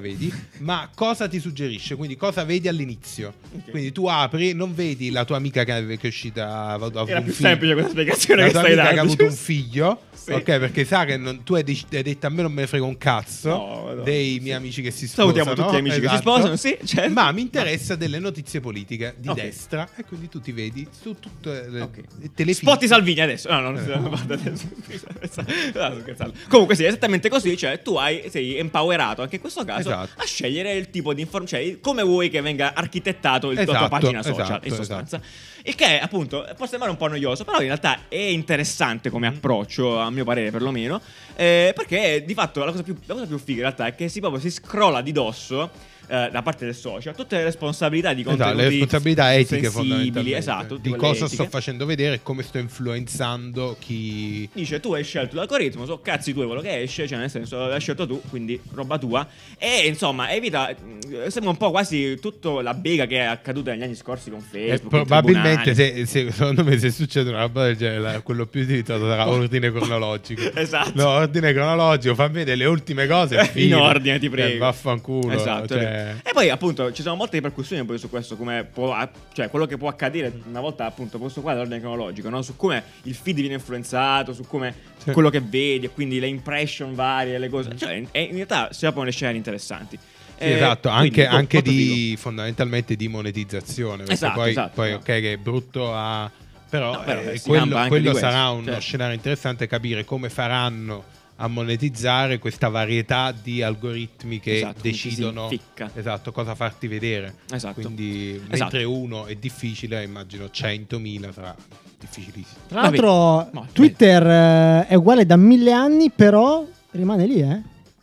Speaker 3: [laughs]
Speaker 2: vedi, ma cosa ti suggerisce, quindi cosa vedi all'inizio.
Speaker 3: Ok.
Speaker 2: Quindi tu apri, non vedi la tua amica che, che è uscita. ha avuto
Speaker 3: Era
Speaker 2: un
Speaker 3: più
Speaker 2: figlio.
Speaker 3: semplice questa spiegazione che
Speaker 2: La tua
Speaker 3: stai
Speaker 2: amica
Speaker 3: dando.
Speaker 2: che ha
Speaker 3: [laughs]
Speaker 2: avuto un figlio,
Speaker 3: Sì.
Speaker 2: ok, perché sa che non- tu hai, dec- hai detto a me non me ne frega un cazzo
Speaker 3: No, no.
Speaker 2: dei
Speaker 3: Sì.
Speaker 2: miei amici che si sposano.
Speaker 3: Salutiamo tutti gli amici che si
Speaker 2: Esatto.
Speaker 3: sposano, sì, certo.
Speaker 2: Ma mi interessa delle notizie politiche di
Speaker 3: Ok.
Speaker 2: destra e quindi tu ti vedi su tutte le
Speaker 3: Ok.
Speaker 2: le telefilm. Eh.
Speaker 3: Spotti Salvini adesso. No, no, no, no, vado adesso. No, sto scherzando. Comunque sì, è esattamente così, cioè tu hai, sei empowerato anche in questo caso
Speaker 2: Esatto.
Speaker 3: a scegliere il tipo di informazione, cioè come vuoi che venga architettato il- la tua
Speaker 2: Esatto,
Speaker 3: pagina social,
Speaker 2: esatto,
Speaker 3: in sostanza. Il che appunto può sembrare un po' noioso, però in realtà è interessante
Speaker 2: Mm.
Speaker 3: come approccio, a mio parere perlomeno, eh, perché di fatto la cosa, più, la cosa più figa in realtà è che si proprio si scrolla di dosso eh, da parte del social tutte le responsabilità di
Speaker 2: Esatto,
Speaker 3: contenuti
Speaker 2: le responsabilità etiche
Speaker 3: sensibili,
Speaker 2: fondamentali
Speaker 3: esatto, tutte
Speaker 2: di
Speaker 3: quelle
Speaker 2: cosa
Speaker 3: etiche.
Speaker 2: sto facendo vedere e come sto influenzando chi
Speaker 3: Dice tu hai scelto l'algoritmo, so cazzi tu è quello che esce, cioè nel senso l'hai scelto tu, quindi roba tua. E insomma evita, mh, sembra un po' quasi tutta la bega che è accaduta negli anni scorsi con
Speaker 2: E
Speaker 3: Facebook. con
Speaker 2: Eh, probabilmente,
Speaker 3: tribunali.
Speaker 2: se, se- secondo me, se succede una roba del genere, la- quello più
Speaker 3: [laughs]
Speaker 2: utilizzato sarà ordine cronologico.
Speaker 3: [laughs] Esatto.
Speaker 2: No, ordine cronologico, fammi vedere le ultime cose. e
Speaker 3: [laughs] in
Speaker 2: fine.
Speaker 3: ordine, ti
Speaker 2: Eh,
Speaker 3: prego.
Speaker 2: vaffanculo.
Speaker 3: Esatto.
Speaker 2: cioè.
Speaker 3: è vero. E poi, appunto, ci sono molte ripercussioni poi su questo, come può, a- cioè quello che può accadere
Speaker 2: Mm.
Speaker 3: una volta, appunto, questo qua dell'ordine cronologico, no? su come il feed viene influenzato, su come
Speaker 2: Sì. Mm.
Speaker 3: quello che vedi, e quindi le impression varie, le cose. Cioè, in- e in realtà si aprono le scene interessanti.
Speaker 2: Sì,
Speaker 3: Eh,
Speaker 2: esatto, anche,
Speaker 3: quindi, boh,
Speaker 2: anche
Speaker 3: molto
Speaker 2: di
Speaker 3: figo.
Speaker 2: fondamentalmente di monetizzazione. perché
Speaker 3: Esatto,
Speaker 2: poi,
Speaker 3: esatto,
Speaker 2: poi,
Speaker 3: no.
Speaker 2: ok, che è brutto a. Però,
Speaker 3: No, però,
Speaker 2: eh,
Speaker 3: si
Speaker 2: quello,
Speaker 3: gamba anche
Speaker 2: quello
Speaker 3: di questo,
Speaker 2: sarà uno
Speaker 3: certo.
Speaker 2: scenario interessante capire come faranno a monetizzare questa varietà di algoritmi che
Speaker 3: Esatto, quindi ci si
Speaker 2: decidono
Speaker 3: ficca.
Speaker 2: esatto, cosa farti vedere.
Speaker 3: Esatto.
Speaker 2: Quindi
Speaker 3: Esatto.
Speaker 2: mentre uno è difficile, immagino 100.000 sarà difficilissimo.
Speaker 4: Tra
Speaker 3: Vabbè.
Speaker 4: l'altro,
Speaker 3: Molto
Speaker 4: Twitter eh, è uguale da mille anni, però rimane lì, eh.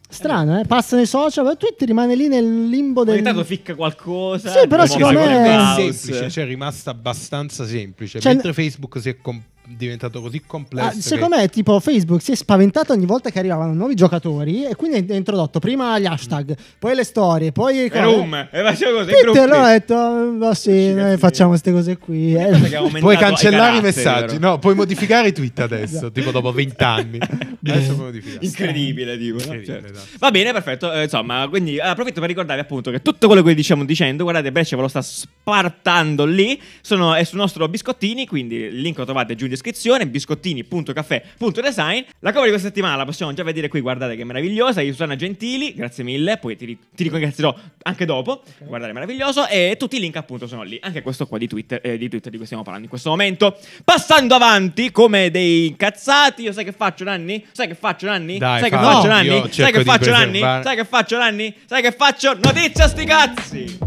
Speaker 4: Strano, eh. Passa nei social, ma Twitter rimane lì nel limbo
Speaker 3: Ogni
Speaker 4: del...
Speaker 3: tanto ficca qualcosa.
Speaker 4: Sì, però
Speaker 3: poi
Speaker 4: secondo
Speaker 3: si
Speaker 4: me-
Speaker 3: fa
Speaker 2: è
Speaker 3: con il
Speaker 2: semplice,
Speaker 3: mouse.
Speaker 2: cioè è rimasta abbastanza semplice.
Speaker 4: Cioè-
Speaker 2: mentre Facebook si è com- diventato così complesso.
Speaker 4: Ah,
Speaker 2: che-
Speaker 4: secondo me, tipo, Facebook si è spaventata ogni volta che arrivavano nuovi giocatori e quindi ha introdotto prima gli hashtag, poi le storie, poi... i
Speaker 3: E room, e faceva così.
Speaker 4: Twitter ha detto, "Ma sì,
Speaker 3: Ci
Speaker 4: noi
Speaker 3: cazzo
Speaker 4: facciamo queste cose qui. eh."
Speaker 2: Puoi cancellare i messaggi, no? Puoi modificare i tweet
Speaker 4: Esatto.
Speaker 2: adesso, tipo dopo 20
Speaker 4: [laughs]
Speaker 2: anni. [laughs] Adesso puoi modificare.
Speaker 3: Eh. Incredibile, tipo. no?
Speaker 2: Incredibile,
Speaker 3: Certo.
Speaker 2: esatto.
Speaker 3: Va bene, perfetto. Eh, insomma, quindi eh, approfitto per ricordare appunto che tutto quello che diciamo dicendo, guardate, Breccia ve lo sta spartando lì. Sono, è sul nostro biscottini, quindi il link lo trovate giù in descrizione: biscottini.caffè.design. La cover di questa settimana la possiamo già vedere qui. Guardate che meravigliosa. Io, Susanna Gentili, grazie mille. Poi ti, ri- ti ringrazierò anche dopo. Guardate, meraviglioso. E tutti i link, appunto, sono lì. Anche questo qua di Twitter, eh, di Twitter di cui stiamo parlando in questo momento. Passando avanti, come dei incazzati, io sai che faccio, Nanni? Sai che faccio, Nanni?
Speaker 2: Dai,
Speaker 3: sai che
Speaker 2: Fabio,
Speaker 3: faccio
Speaker 2: io
Speaker 3: Nanni? Sai
Speaker 2: cerco
Speaker 3: che
Speaker 2: di
Speaker 3: faccio Nanni?
Speaker 2: preservare-
Speaker 3: Sai che faccio Nanni? Sai che faccio? Notizia sti cazzi!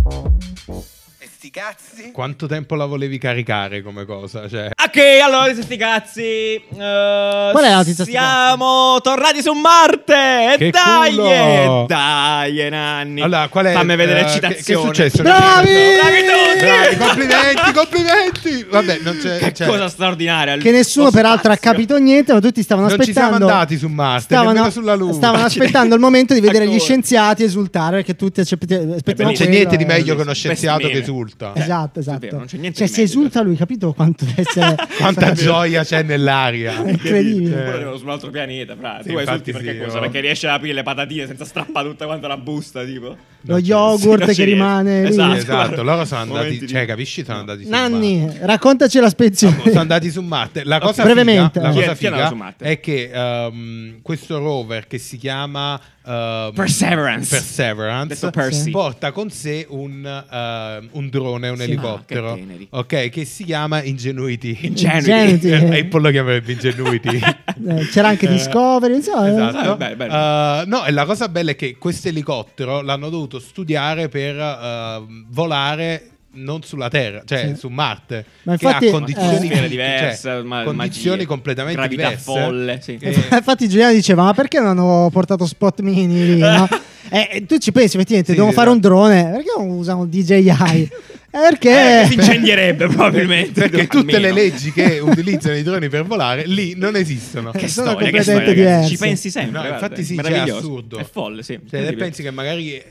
Speaker 2: Quanto tempo la volevi caricare come cosa? Cioè,
Speaker 3: Ok, allora notizia sti cazzi. eh,
Speaker 4: Qual è la notizia sti
Speaker 3: Siamo tornati su Marte! E
Speaker 2: Che
Speaker 3: dai!
Speaker 2: culo!
Speaker 3: E dai, Nanni!
Speaker 2: allora, qual è
Speaker 3: Fammi vedere
Speaker 2: eh, che-
Speaker 3: citazione.
Speaker 2: Che, è successo?
Speaker 4: Bravi!
Speaker 3: Bravi tutti!
Speaker 2: Bravi, complimenti, complimenti! Vabbè, non c'è...
Speaker 3: Che
Speaker 2: cioè,
Speaker 3: cosa straordinaria!
Speaker 4: Che nessuno
Speaker 3: Lo
Speaker 4: peraltro ha
Speaker 3: spazio.
Speaker 4: capito niente, ma tutti stavano
Speaker 2: Non ci
Speaker 4: aspettando.
Speaker 2: siamo andati su Marte, nemmeno sulla Luna. [laughs]
Speaker 4: Stavano
Speaker 2: Accidenti.
Speaker 4: aspettando il momento di vedere gli
Speaker 3: Ancora.
Speaker 4: scienziati esultare perché tutti accept- aspettano
Speaker 2: Eh, Non c'è
Speaker 4: quello,
Speaker 2: niente di
Speaker 4: eh.
Speaker 2: meglio che uno
Speaker 3: Best
Speaker 2: scienziato
Speaker 3: meme.
Speaker 2: che
Speaker 3: [laughs]
Speaker 2: esulta.
Speaker 3: Eh,
Speaker 4: Esatto,
Speaker 3: è vero,
Speaker 4: esatto.
Speaker 3: non c'è niente
Speaker 4: cioè,
Speaker 3: di
Speaker 4: se
Speaker 3: meglio,
Speaker 4: esulta lui, capito quanto deve
Speaker 2: [laughs]
Speaker 4: essere
Speaker 2: Quanta gioia c'è nell'aria.
Speaker 4: È incredibile.
Speaker 3: Quello arriva su un altro pianeta, fra.
Speaker 2: Sì,
Speaker 3: tu esulti
Speaker 2: infatti
Speaker 3: perché
Speaker 2: sì,
Speaker 3: cosa?
Speaker 2: oh.
Speaker 3: Perché riesce ad aprire le patatine senza strappare tutta quanta la busta, tipo.
Speaker 4: lo
Speaker 2: c'è.
Speaker 4: yogurt
Speaker 3: Sì, non
Speaker 4: che
Speaker 3: ci
Speaker 4: rimane. lì.
Speaker 3: riesco.
Speaker 2: Sì,
Speaker 3: Ah,
Speaker 2: esatto,
Speaker 3: guarda.
Speaker 2: loro sono andati,
Speaker 3: Momenti di-
Speaker 2: cioè, capisci? Sono andati su Marte.
Speaker 4: Nanni, raccontaci la
Speaker 2: Sono sono
Speaker 4: spedizione.
Speaker 2: andati su Marte. La cosa
Speaker 4: Brevemente.
Speaker 2: figa, la
Speaker 4: Chi
Speaker 3: è-
Speaker 2: cosa
Speaker 3: chi è andato
Speaker 2: figa
Speaker 3: su Marte?
Speaker 2: è che ehm, questo rover che si chiama ehm,
Speaker 3: Perseverance.
Speaker 2: Perseverance,
Speaker 3: Detto Percy.
Speaker 4: Sì.
Speaker 2: porta con sé un, ehm, un drone, un
Speaker 3: Sì.
Speaker 2: elicottero,
Speaker 3: Ah, che teneri.
Speaker 2: ok, che si chiama Ingenuity.
Speaker 3: Ingenuity.
Speaker 2: [laughs]
Speaker 4: Ingenuity.
Speaker 2: Eh, Apple lo chiamerebbe Ingenuity.
Speaker 4: [laughs] [laughs] Eh, C'era anche
Speaker 2: Eh,
Speaker 4: Discovery, insomma.
Speaker 2: Esatto.
Speaker 3: Eh, beh, beh.
Speaker 2: Eh, no, e la cosa bella è che questo elicottero l'hanno dovuto studiare per eh, volare non sulla Terra, cioè
Speaker 4: Sì.
Speaker 2: su Marte,
Speaker 4: Ma
Speaker 2: che
Speaker 4: infatti,
Speaker 2: ha condizioni
Speaker 4: eh,
Speaker 3: Atmosfera
Speaker 2: fisiche,
Speaker 3: diversa,
Speaker 2: cioè,
Speaker 3: ma-
Speaker 2: condizioni
Speaker 3: magie,
Speaker 2: completamente
Speaker 3: gravità
Speaker 2: diverse.
Speaker 3: folle,
Speaker 2: [laughs]
Speaker 3: sì.
Speaker 2: Eh,
Speaker 4: [laughs] Infatti Giuliano diceva, ma perché non hanno portato spot mini lì, no?" Eh, eh, tu ci pensi, effettivamente,
Speaker 2: Sì, esatto.
Speaker 4: devo
Speaker 2: sì,
Speaker 4: fare
Speaker 2: no.
Speaker 4: un drone, perché non usano
Speaker 2: [laughs]
Speaker 4: un DJI? Eh, perché...
Speaker 3: Eh, si incendierebbe probabilmente.
Speaker 2: perché tutte
Speaker 3: almeno.
Speaker 2: le leggi che utilizzano i droni per volare lì non esistono.
Speaker 4: Eh,
Speaker 3: Che
Speaker 4: sono
Speaker 3: storia, che
Speaker 4: completamente
Speaker 3: storia, ragazzi.
Speaker 4: diverse.
Speaker 3: Ci pensi sempre.
Speaker 2: No,
Speaker 3: guarda,
Speaker 2: infatti sì,
Speaker 3: è
Speaker 2: cioè, è
Speaker 3: meraviglioso.
Speaker 2: assurdo.
Speaker 3: È folle, sì.
Speaker 2: Cioè, te pensi che magari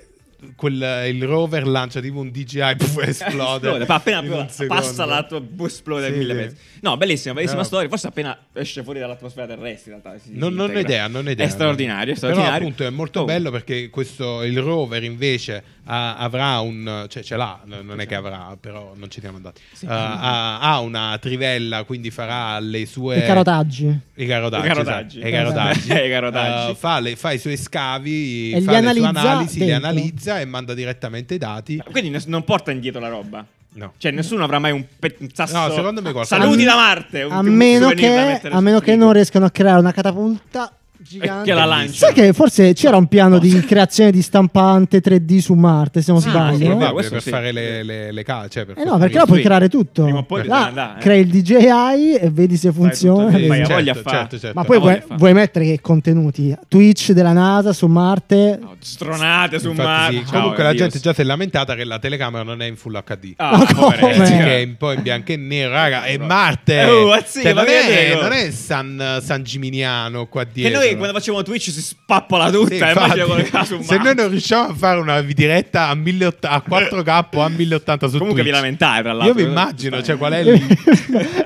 Speaker 2: quel- il rover lancia tipo un DJI
Speaker 3: [laughs]
Speaker 2: pff, esplode.
Speaker 3: Fa appena
Speaker 2: in un secondo.
Speaker 3: passa la tua esplode
Speaker 2: Sì,
Speaker 3: mille
Speaker 2: sì.
Speaker 3: pezzi. No, bellissima, bellissima
Speaker 2: No.
Speaker 3: storia. Forse appena esce fuori dall'atmosfera terrestre, in realtà. si
Speaker 2: Non, non ho
Speaker 3: disintegra.
Speaker 2: idea, non ho idea.
Speaker 3: È straordinario, è
Speaker 2: Però,
Speaker 3: straordinario.
Speaker 2: appunto è molto
Speaker 3: Oh,
Speaker 2: bello perché questo, il rover invece ha- avrà un... cioè ce l'ha, n- non è che
Speaker 3: Esatto.
Speaker 2: avrà, però non ci siamo andati. Eh, ha, ha una trivella, quindi farà le sue...
Speaker 4: I carotaggi.
Speaker 2: I carotaggi.
Speaker 3: I carotaggi.
Speaker 2: esatto, i carotaggi.
Speaker 3: Eh, [laughs] i carotaggi.
Speaker 2: Eh, fa, le- fa i suoi scavi,
Speaker 4: E li
Speaker 2: fa le sue
Speaker 4: analizza
Speaker 2: analisi, li
Speaker 4: dentro.
Speaker 2: analizza e manda direttamente i dati.
Speaker 3: Quindi ness- non porta indietro la roba.
Speaker 2: No.
Speaker 3: Cioè, nessuno avrà mai un, pe- un sasso.
Speaker 2: No, secondo me qualcosa-
Speaker 3: Saluti
Speaker 4: A-
Speaker 3: da Marte. un-
Speaker 4: A
Speaker 3: un
Speaker 4: meno,
Speaker 3: souvenir da
Speaker 4: che,
Speaker 3: mettere
Speaker 4: a meno
Speaker 3: sul
Speaker 4: che
Speaker 3: frigo.
Speaker 4: non riescano a creare una catapulta
Speaker 3: che la
Speaker 4: gigante.
Speaker 3: lancia.
Speaker 4: Sai che forse c'era un piano
Speaker 3: No.
Speaker 4: di creazione di stampante 3D su Marte, se non
Speaker 3: Ah,
Speaker 4: sbaglio.
Speaker 3: sì,
Speaker 4: no?
Speaker 3: vero,
Speaker 2: Probabile
Speaker 3: questo
Speaker 2: per
Speaker 3: sì.
Speaker 2: fare le, le, le ca- cioè per
Speaker 4: Eh no, perché la
Speaker 2: costruire-
Speaker 4: puoi
Speaker 3: Costruire.
Speaker 4: creare tutto.
Speaker 3: Prima o poi
Speaker 4: Là
Speaker 3: bisogna andare, eh.
Speaker 4: crei il DJI e vedi se funziona.
Speaker 3: tutto, Vai,
Speaker 2: Eh,
Speaker 3: ha voglia
Speaker 2: certo,
Speaker 3: fa.
Speaker 2: certo, certo.
Speaker 4: Ma poi
Speaker 3: La voglia
Speaker 4: vuoi,
Speaker 3: fa.
Speaker 4: vuoi mettere che contenuti? Twitch della NASA su Marte?
Speaker 3: No, stronate su
Speaker 2: Infatti
Speaker 3: Marte.
Speaker 2: sì.
Speaker 3: Ciao,
Speaker 2: Comunque la
Speaker 3: addio.
Speaker 2: gente già si è lamentata che la telecamera non è in full HD.
Speaker 3: Ah,
Speaker 4: Ma
Speaker 3: poveretti.
Speaker 4: come?
Speaker 2: Eh, sì,
Speaker 4: Beh.
Speaker 2: che è un po' in bianco e nero, raga, è Marte.
Speaker 3: Oh, ma sì,
Speaker 2: Cioè,
Speaker 3: ma
Speaker 2: non, è,
Speaker 3: vedete,
Speaker 2: non è San, San Gimignano qua
Speaker 3: Che
Speaker 2: dietro.
Speaker 3: noi quando facevamo Twitch si spappola tutta. eh,
Speaker 2: Sì,
Speaker 3: e
Speaker 2: infatti,
Speaker 3: immagina quello che ha su
Speaker 2: se
Speaker 3: Marte.
Speaker 2: noi non riusciamo a fare una diretta a, 1080 a 4K o a 1080 su
Speaker 3: Comunque vi
Speaker 2: Twitch,
Speaker 3: lamentate, tra l'altro.
Speaker 2: io vi immagino, cioè, qual è il
Speaker 4: [laughs]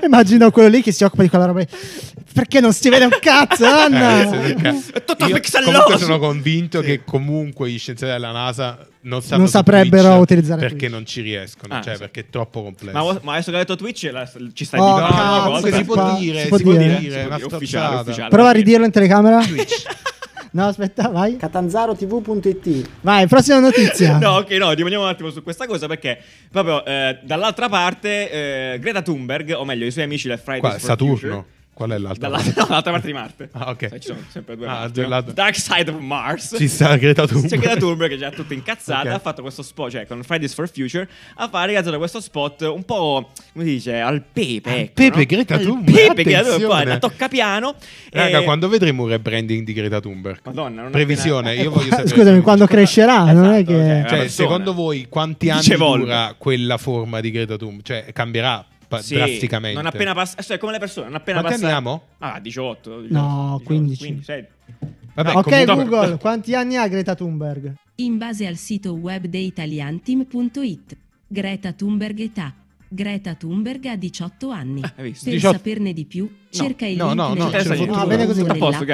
Speaker 3: [laughs]
Speaker 4: Immagino quello lì che si occupa di quella roba. lì. Perché non si vede un
Speaker 3: [laughs]
Speaker 4: cazzo,
Speaker 2: Eh,
Speaker 4: Anna?
Speaker 2: sì, sì, cazzo.
Speaker 3: Ah, È tutto
Speaker 2: Io
Speaker 3: pixeloso.
Speaker 2: comunque sono convinto che comunque gli scienziati della NASA non, sanno
Speaker 4: Non
Speaker 2: su
Speaker 4: saprebbero
Speaker 2: Twitch
Speaker 4: utilizzare
Speaker 2: perché
Speaker 4: Twitch.
Speaker 2: non ci riescono,
Speaker 3: Ah,
Speaker 2: cioè
Speaker 3: sì.
Speaker 2: perché è troppo complesso.
Speaker 3: Ma, ma adesso che ho detto Twitch la- ci stai
Speaker 4: Oh,
Speaker 3: dicendo
Speaker 2: no,
Speaker 4: cazzo,
Speaker 2: no,
Speaker 3: una
Speaker 2: comunque
Speaker 3: volta.
Speaker 2: si può dire, si può dire, è una
Speaker 3: ufficiale,
Speaker 2: stronzata.
Speaker 3: ufficiale.
Speaker 4: Prova a ridirlo in telecamera.
Speaker 2: [laughs] Twitch.
Speaker 4: No, aspetta, vai.
Speaker 6: catanzarotv.it
Speaker 4: Vai, prossima notizia.
Speaker 3: [laughs] No, ok, no, rimaniamo un attimo su questa cosa perché proprio eh, dall'altra parte eh, Greta Thunberg, o meglio i suoi amici del Fridays
Speaker 2: Qua,
Speaker 3: for
Speaker 2: Saturno.
Speaker 3: Future,
Speaker 2: Qual è l'altra?
Speaker 3: dall'altra, [laughs]
Speaker 2: parte?
Speaker 3: no, dall'altra parte di Marte.
Speaker 2: Ah, ok.
Speaker 3: Sai, ci sono sempre due
Speaker 2: Ah,
Speaker 3: Marte,
Speaker 2: due
Speaker 3: no?
Speaker 2: lato.
Speaker 3: Dark Side of Mars.
Speaker 2: Ci sta Greta Thunberg.
Speaker 3: C'è Esatto. Greta Thunberg che è già tutta incazzata,
Speaker 2: Ok.
Speaker 3: ha fatto questo spot, cioè con Fridays for Future, ha fa- ha realizzato questo spot un po', come si dice, al pepe.
Speaker 2: Al
Speaker 3: ecco,
Speaker 2: pepe,
Speaker 3: no?
Speaker 2: Greta
Speaker 3: Al
Speaker 2: Thunberg,
Speaker 3: pepe, Greta Thunberg, qua,
Speaker 2: attenzione.
Speaker 3: la tocca piano.
Speaker 2: Raga,
Speaker 3: e-
Speaker 2: quando vedremo un rebranding di Greta Thunberg?
Speaker 3: Eh. Madonna, non ho
Speaker 2: Previsione, io
Speaker 4: [laughs]
Speaker 2: voglio sapere.
Speaker 4: Scusami, quando
Speaker 3: Cosa-
Speaker 4: crescerà, non è
Speaker 3: Esatto,
Speaker 4: che...
Speaker 3: ok.
Speaker 2: Cioè,
Speaker 3: Eh, persona.
Speaker 2: secondo voi quanti anni
Speaker 3: Dice Volvo.
Speaker 2: dura quella forma di Greta Thunberg? Cioè, cambierà pa-
Speaker 3: Sì,
Speaker 2: drasticamente.
Speaker 3: Non appena passa, cioè come le persone, non appena
Speaker 2: Quanti
Speaker 3: passa.
Speaker 2: anni abbiamo?
Speaker 3: Ah, 18. 18
Speaker 4: No, 15.
Speaker 3: 15 sei- eh,
Speaker 2: Vabbè,
Speaker 4: ok,
Speaker 2: comunque-
Speaker 4: Google, quanti anni ha Greta Thunberg?
Speaker 7: In base al sito web di italianteam.it, Greta Thunberg età. Greta Thunberg ha 18 anni.
Speaker 3: hai visto?
Speaker 7: Per
Speaker 2: 18
Speaker 7: saperne di più, cerca il
Speaker 2: Eh, no,
Speaker 7: link
Speaker 2: no, no, certo.
Speaker 7: nel
Speaker 2: c'è
Speaker 7: testo
Speaker 2: il futuro.
Speaker 7: o
Speaker 4: Ah, bene così.
Speaker 7: nell'app
Speaker 3: A posto, grazie. Puoi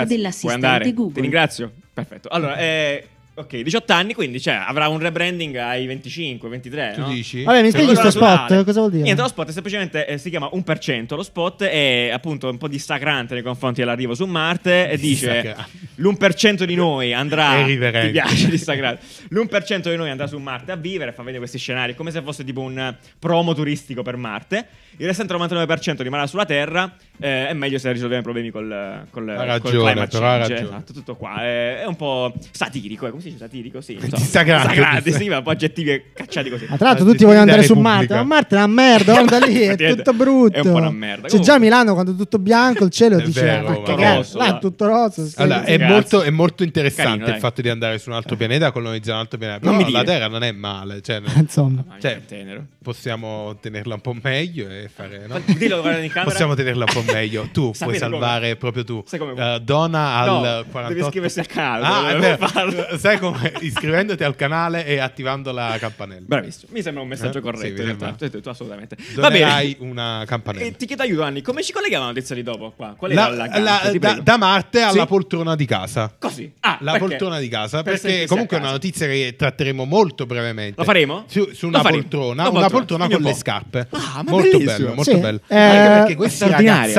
Speaker 3: andare.
Speaker 7: dell'assistente
Speaker 3: Ti
Speaker 7: Google.
Speaker 3: ringrazio. Perfetto. Allora, eh, ok, 18 anni, quindi cioè, avrà un rebranding ai 25, 23,
Speaker 2: Tu
Speaker 3: no?
Speaker 2: dici?
Speaker 4: Vabbè,
Speaker 3: Cioè,
Speaker 4: mi spieghi
Speaker 3: quello
Speaker 4: sto
Speaker 3: naturale.
Speaker 4: spot? Cosa vuol dire?
Speaker 3: Niente, lo spot è semplicemente eh, si chiama 1%. Lo spot è appunto un po' dissacrante nei confronti dell'arrivo su Marte e eh, dice
Speaker 2: Dissacrante.
Speaker 3: l'1% di noi andrà
Speaker 2: È riverente.
Speaker 3: Ti piace dissacrante. L'1% di noi andrà su Marte a vivere, fa vedere questi scenari come se fosse tipo un promo turistico per Marte. Il restante 99% rimarrà sulla Terra eh, è meglio se risolviamo i problemi col, col,
Speaker 2: Ha
Speaker 3: col
Speaker 2: ragione,
Speaker 3: climate
Speaker 2: però ha
Speaker 3: change.
Speaker 2: ragione.
Speaker 3: Esatto, tutto qua. È, è un po' satirico, eh, come si dice satirico? Sì, non so.
Speaker 2: Dissacrante.
Speaker 3: Dissacrante, sì, ma un po' aggettivi cacciati così.
Speaker 4: Ma tra l'altro
Speaker 2: La
Speaker 4: tutti vogliono andare su
Speaker 2: Repubblica.
Speaker 4: Marte, ma Marte è una
Speaker 3: [laughs]
Speaker 4: merda, guarda lì, è
Speaker 3: Effettivamente,
Speaker 4: tutto brutto.
Speaker 3: è un po' una merda.
Speaker 4: C'è già
Speaker 3: Comunque.
Speaker 4: Milano quando è tutto bianco, il cielo
Speaker 2: È
Speaker 4: dice
Speaker 2: vero,
Speaker 4: "Ma
Speaker 2: ma
Speaker 4: cagare,
Speaker 3: rosso, eh.
Speaker 4: là
Speaker 3: là."
Speaker 4: è tutto rosso. sì.
Speaker 2: Allora, è,
Speaker 3: Grazie.
Speaker 2: molto, è molto interessante
Speaker 3: Carino, dai.
Speaker 2: il fatto di andare su un altro pianeta, colonizzare un altro pianeta.
Speaker 3: Non
Speaker 2: Però
Speaker 3: mi
Speaker 2: la
Speaker 3: dire.
Speaker 4: [laughs]
Speaker 2: Terra non è male. Cioè, non-
Speaker 4: [laughs] Insomma,
Speaker 3: Mamma mia,
Speaker 2: cioè,
Speaker 3: che tenero.
Speaker 2: possiamo tenerla un po' meglio e fare... no?
Speaker 3: Fatti- dillo, guarda in camera.
Speaker 2: Possiamo tenerla un po' meglio.
Speaker 3: [laughs]
Speaker 2: Tu puoi
Speaker 3: Sapete come?
Speaker 2: salvare proprio tu.
Speaker 3: Sai come?
Speaker 2: Eh, dona al
Speaker 3: No,
Speaker 2: 48.
Speaker 3: devi iscriversi al canale,
Speaker 2: Ah,
Speaker 3: dovevo
Speaker 2: è vero.
Speaker 3: farlo.
Speaker 2: [laughs]
Speaker 3: [laughs]
Speaker 2: Sai come? Iscrivendoti al canale e attivando la campanella.
Speaker 3: Bravissimo, mi sembra un messaggio
Speaker 2: Eh?
Speaker 3: corretto
Speaker 2: Sì,
Speaker 3: in
Speaker 2: mi
Speaker 3: realtà.
Speaker 2: sembra.
Speaker 3: Tu- tu- assolutamente. Va bene.
Speaker 2: Donerai una
Speaker 3: E
Speaker 2: campanella.
Speaker 3: ti chiedo aiuto, Anni. Come ci collegava la notizia di dopo? Qua? Qual
Speaker 2: La-
Speaker 3: era la,
Speaker 2: la-
Speaker 3: gancio? Ti
Speaker 2: da,
Speaker 3: prego.
Speaker 2: da Marte alla
Speaker 3: Sì?
Speaker 2: poltrona di casa.
Speaker 3: Così. Ah,
Speaker 2: La
Speaker 3: perché?
Speaker 2: poltrona di casa,
Speaker 3: Per
Speaker 2: perché
Speaker 3: sentirsi
Speaker 2: comunque
Speaker 3: a
Speaker 2: è una
Speaker 3: casa.
Speaker 2: notizia che tratteremo molto brevemente.
Speaker 3: Lo faremo?
Speaker 2: Su, su
Speaker 3: Lo
Speaker 2: una
Speaker 3: faremo.
Speaker 2: poltrona,
Speaker 3: Lo
Speaker 2: una
Speaker 3: faremo.
Speaker 2: poltrona con
Speaker 3: Quindi
Speaker 2: le
Speaker 3: un po'.
Speaker 2: scarpe.
Speaker 3: Ah, ma
Speaker 2: molto
Speaker 3: bellissimo.
Speaker 2: bello, molto
Speaker 4: Sì.
Speaker 2: bello.
Speaker 4: Eh,
Speaker 2: Anche perché questi
Speaker 3: straordinario.
Speaker 2: ragazzacci di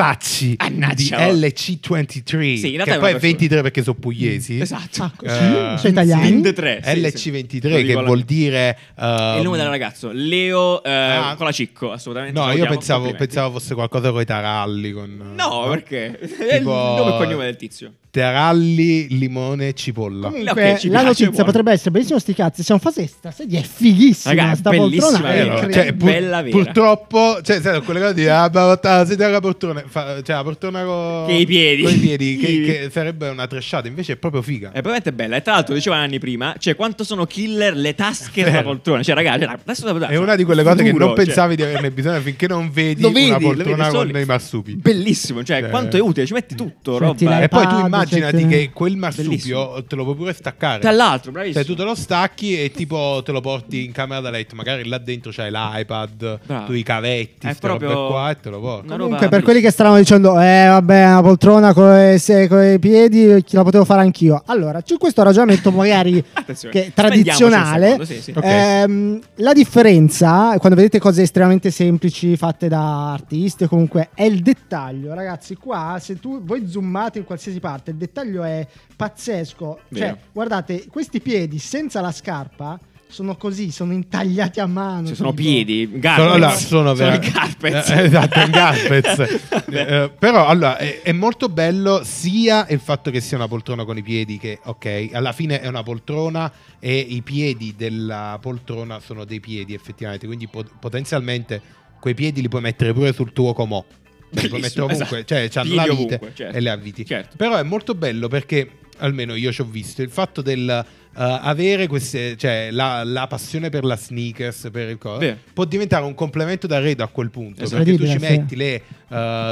Speaker 3: Annaccia.
Speaker 2: LC23,
Speaker 3: Sì, in realtà è
Speaker 2: che
Speaker 3: una
Speaker 2: poi è
Speaker 3: persona.
Speaker 2: 23 perché sono pugliesi.
Speaker 3: Esatto.
Speaker 2: Eh,
Speaker 4: Sono italiani.
Speaker 3: Sind 3.
Speaker 2: LC23 che vuol dire
Speaker 3: È il nome del
Speaker 2: ehm,
Speaker 3: ragazzo, Leo eh,
Speaker 2: Ah.
Speaker 3: Colacicco, assolutamente.
Speaker 2: No,
Speaker 3: Lo
Speaker 2: io
Speaker 3: vogliamo,
Speaker 2: pensavo,
Speaker 3: complimenti.
Speaker 2: pensavo fosse qualcosa con i taralli. Con,
Speaker 3: No, perché? [laughs] È il
Speaker 2: Tipo-
Speaker 3: nome e cognome del tizio.
Speaker 2: Taralli, limone, cipolla.
Speaker 4: Comunque,
Speaker 3: Ok, ci
Speaker 4: la
Speaker 3: piace,
Speaker 4: notizia
Speaker 3: buono.
Speaker 4: potrebbe essere bellissimo sti cazzi. Siamo fa sesta sedia è fighissima.
Speaker 3: Raga,
Speaker 4: sta
Speaker 3: bellissima,
Speaker 4: poltrona è
Speaker 3: vero?
Speaker 2: Vero,
Speaker 4: incredibile.
Speaker 2: cioè, pur-
Speaker 3: Eh, Bella vera.
Speaker 2: Purtroppo, cioè, sai, quelle cose di ah, ma la sedia con la poltrona, fa- cioè la poltrona con
Speaker 3: Che i piedi.
Speaker 2: coi piedi, che,
Speaker 3: I- Eh,
Speaker 2: che sarebbe una trasciata, invece è proprio figa.
Speaker 3: È veramente bella. E tra l'altro, diceva Anni prima, cioè quanto sono killer le tasche della
Speaker 2: Vero.
Speaker 3: poltrona. Cioè, ragazzi, adesso
Speaker 2: È una di quelle cose che
Speaker 3: futuro,
Speaker 2: non
Speaker 3: cioè.
Speaker 2: pensavi di averne bisogno finché non vedi,
Speaker 3: Lo vedi,
Speaker 2: una
Speaker 3: lo
Speaker 2: poltrona
Speaker 3: vedi
Speaker 2: con
Speaker 3: solo.
Speaker 2: i marsupi.
Speaker 3: Bellissimo, cioè,
Speaker 2: Cioè,
Speaker 3: quanto è utile, ci metti tutto,
Speaker 4: Ci
Speaker 3: roba.
Speaker 4: metti la-
Speaker 2: E poi tu
Speaker 4: iPad,
Speaker 2: immaginati
Speaker 4: eccetera.
Speaker 2: che quel marsupio
Speaker 3: cioè, Bellissimo.
Speaker 2: te lo puoi pure staccare.
Speaker 3: Tra l'altro, bravissimo.
Speaker 2: Cioè, tu te lo stacchi e tipo te lo porti in camera da letto. Magari là dentro c'hai l'iPad,
Speaker 3: Bravo.
Speaker 2: tu i cavetti,
Speaker 3: È
Speaker 2: queste robe
Speaker 3: proprio-
Speaker 2: qua e te lo porti.
Speaker 3: Una roba
Speaker 4: Comunque, per
Speaker 3: bellissima.
Speaker 4: quelli che stavano dicendo, eh, vabbè, una poltrona con i piedi, chi la potevo fare anch'io. Allora, c'è questo ragionamento magari
Speaker 3: [laughs] Attenzione.
Speaker 4: che è
Speaker 3: Spendiamoci un
Speaker 4: tradizionale.
Speaker 3: secondo, sì, sì.
Speaker 2: Ok.
Speaker 4: Ehm, la differenza, quando vedete cose estremamente semplici fatte da artisti, o comunque è il dettaglio, ragazzi. Qua, se tu voi zoomate in qualsiasi parte, il dettaglio è pazzesco.
Speaker 3: Vero.
Speaker 4: Cioè, guardate, questi piedi senza la scarpa sono così, sono intagliati a mano.
Speaker 3: Ci sono
Speaker 4: tipo.
Speaker 3: piedi,
Speaker 2: Sono,
Speaker 3: garpets.
Speaker 2: allora, sono vera-
Speaker 3: i carpets.
Speaker 2: Eh, [laughs] esatto, i carpets.
Speaker 3: [laughs] Vabbè.
Speaker 2: Eh, però allora, è, è molto bello sia il fatto che sia una poltrona con i piedi, che ok, alla fine è una poltrona e i piedi della poltrona sono dei piedi effettivamente, quindi pot- potenzialmente quei piedi li puoi mettere pure sul tuo comò. Li puoi mettere
Speaker 3: Bellissimo,
Speaker 2: ovunque,
Speaker 3: esatto.
Speaker 2: cioè c'hanno
Speaker 3: Piedi
Speaker 2: la vite
Speaker 3: ovunque, certo.
Speaker 2: e le avviti.
Speaker 3: Certo.
Speaker 2: Però è molto bello perché almeno io ci ho visto il fatto del eh, avere queste, cioè la, la passione per la sneakers, per il cosa,
Speaker 3: Sì.
Speaker 2: può diventare un complemento d'arredo a quel punto.
Speaker 4: Esatto.
Speaker 2: Perché tu ci
Speaker 4: Incredibile,
Speaker 2: metti le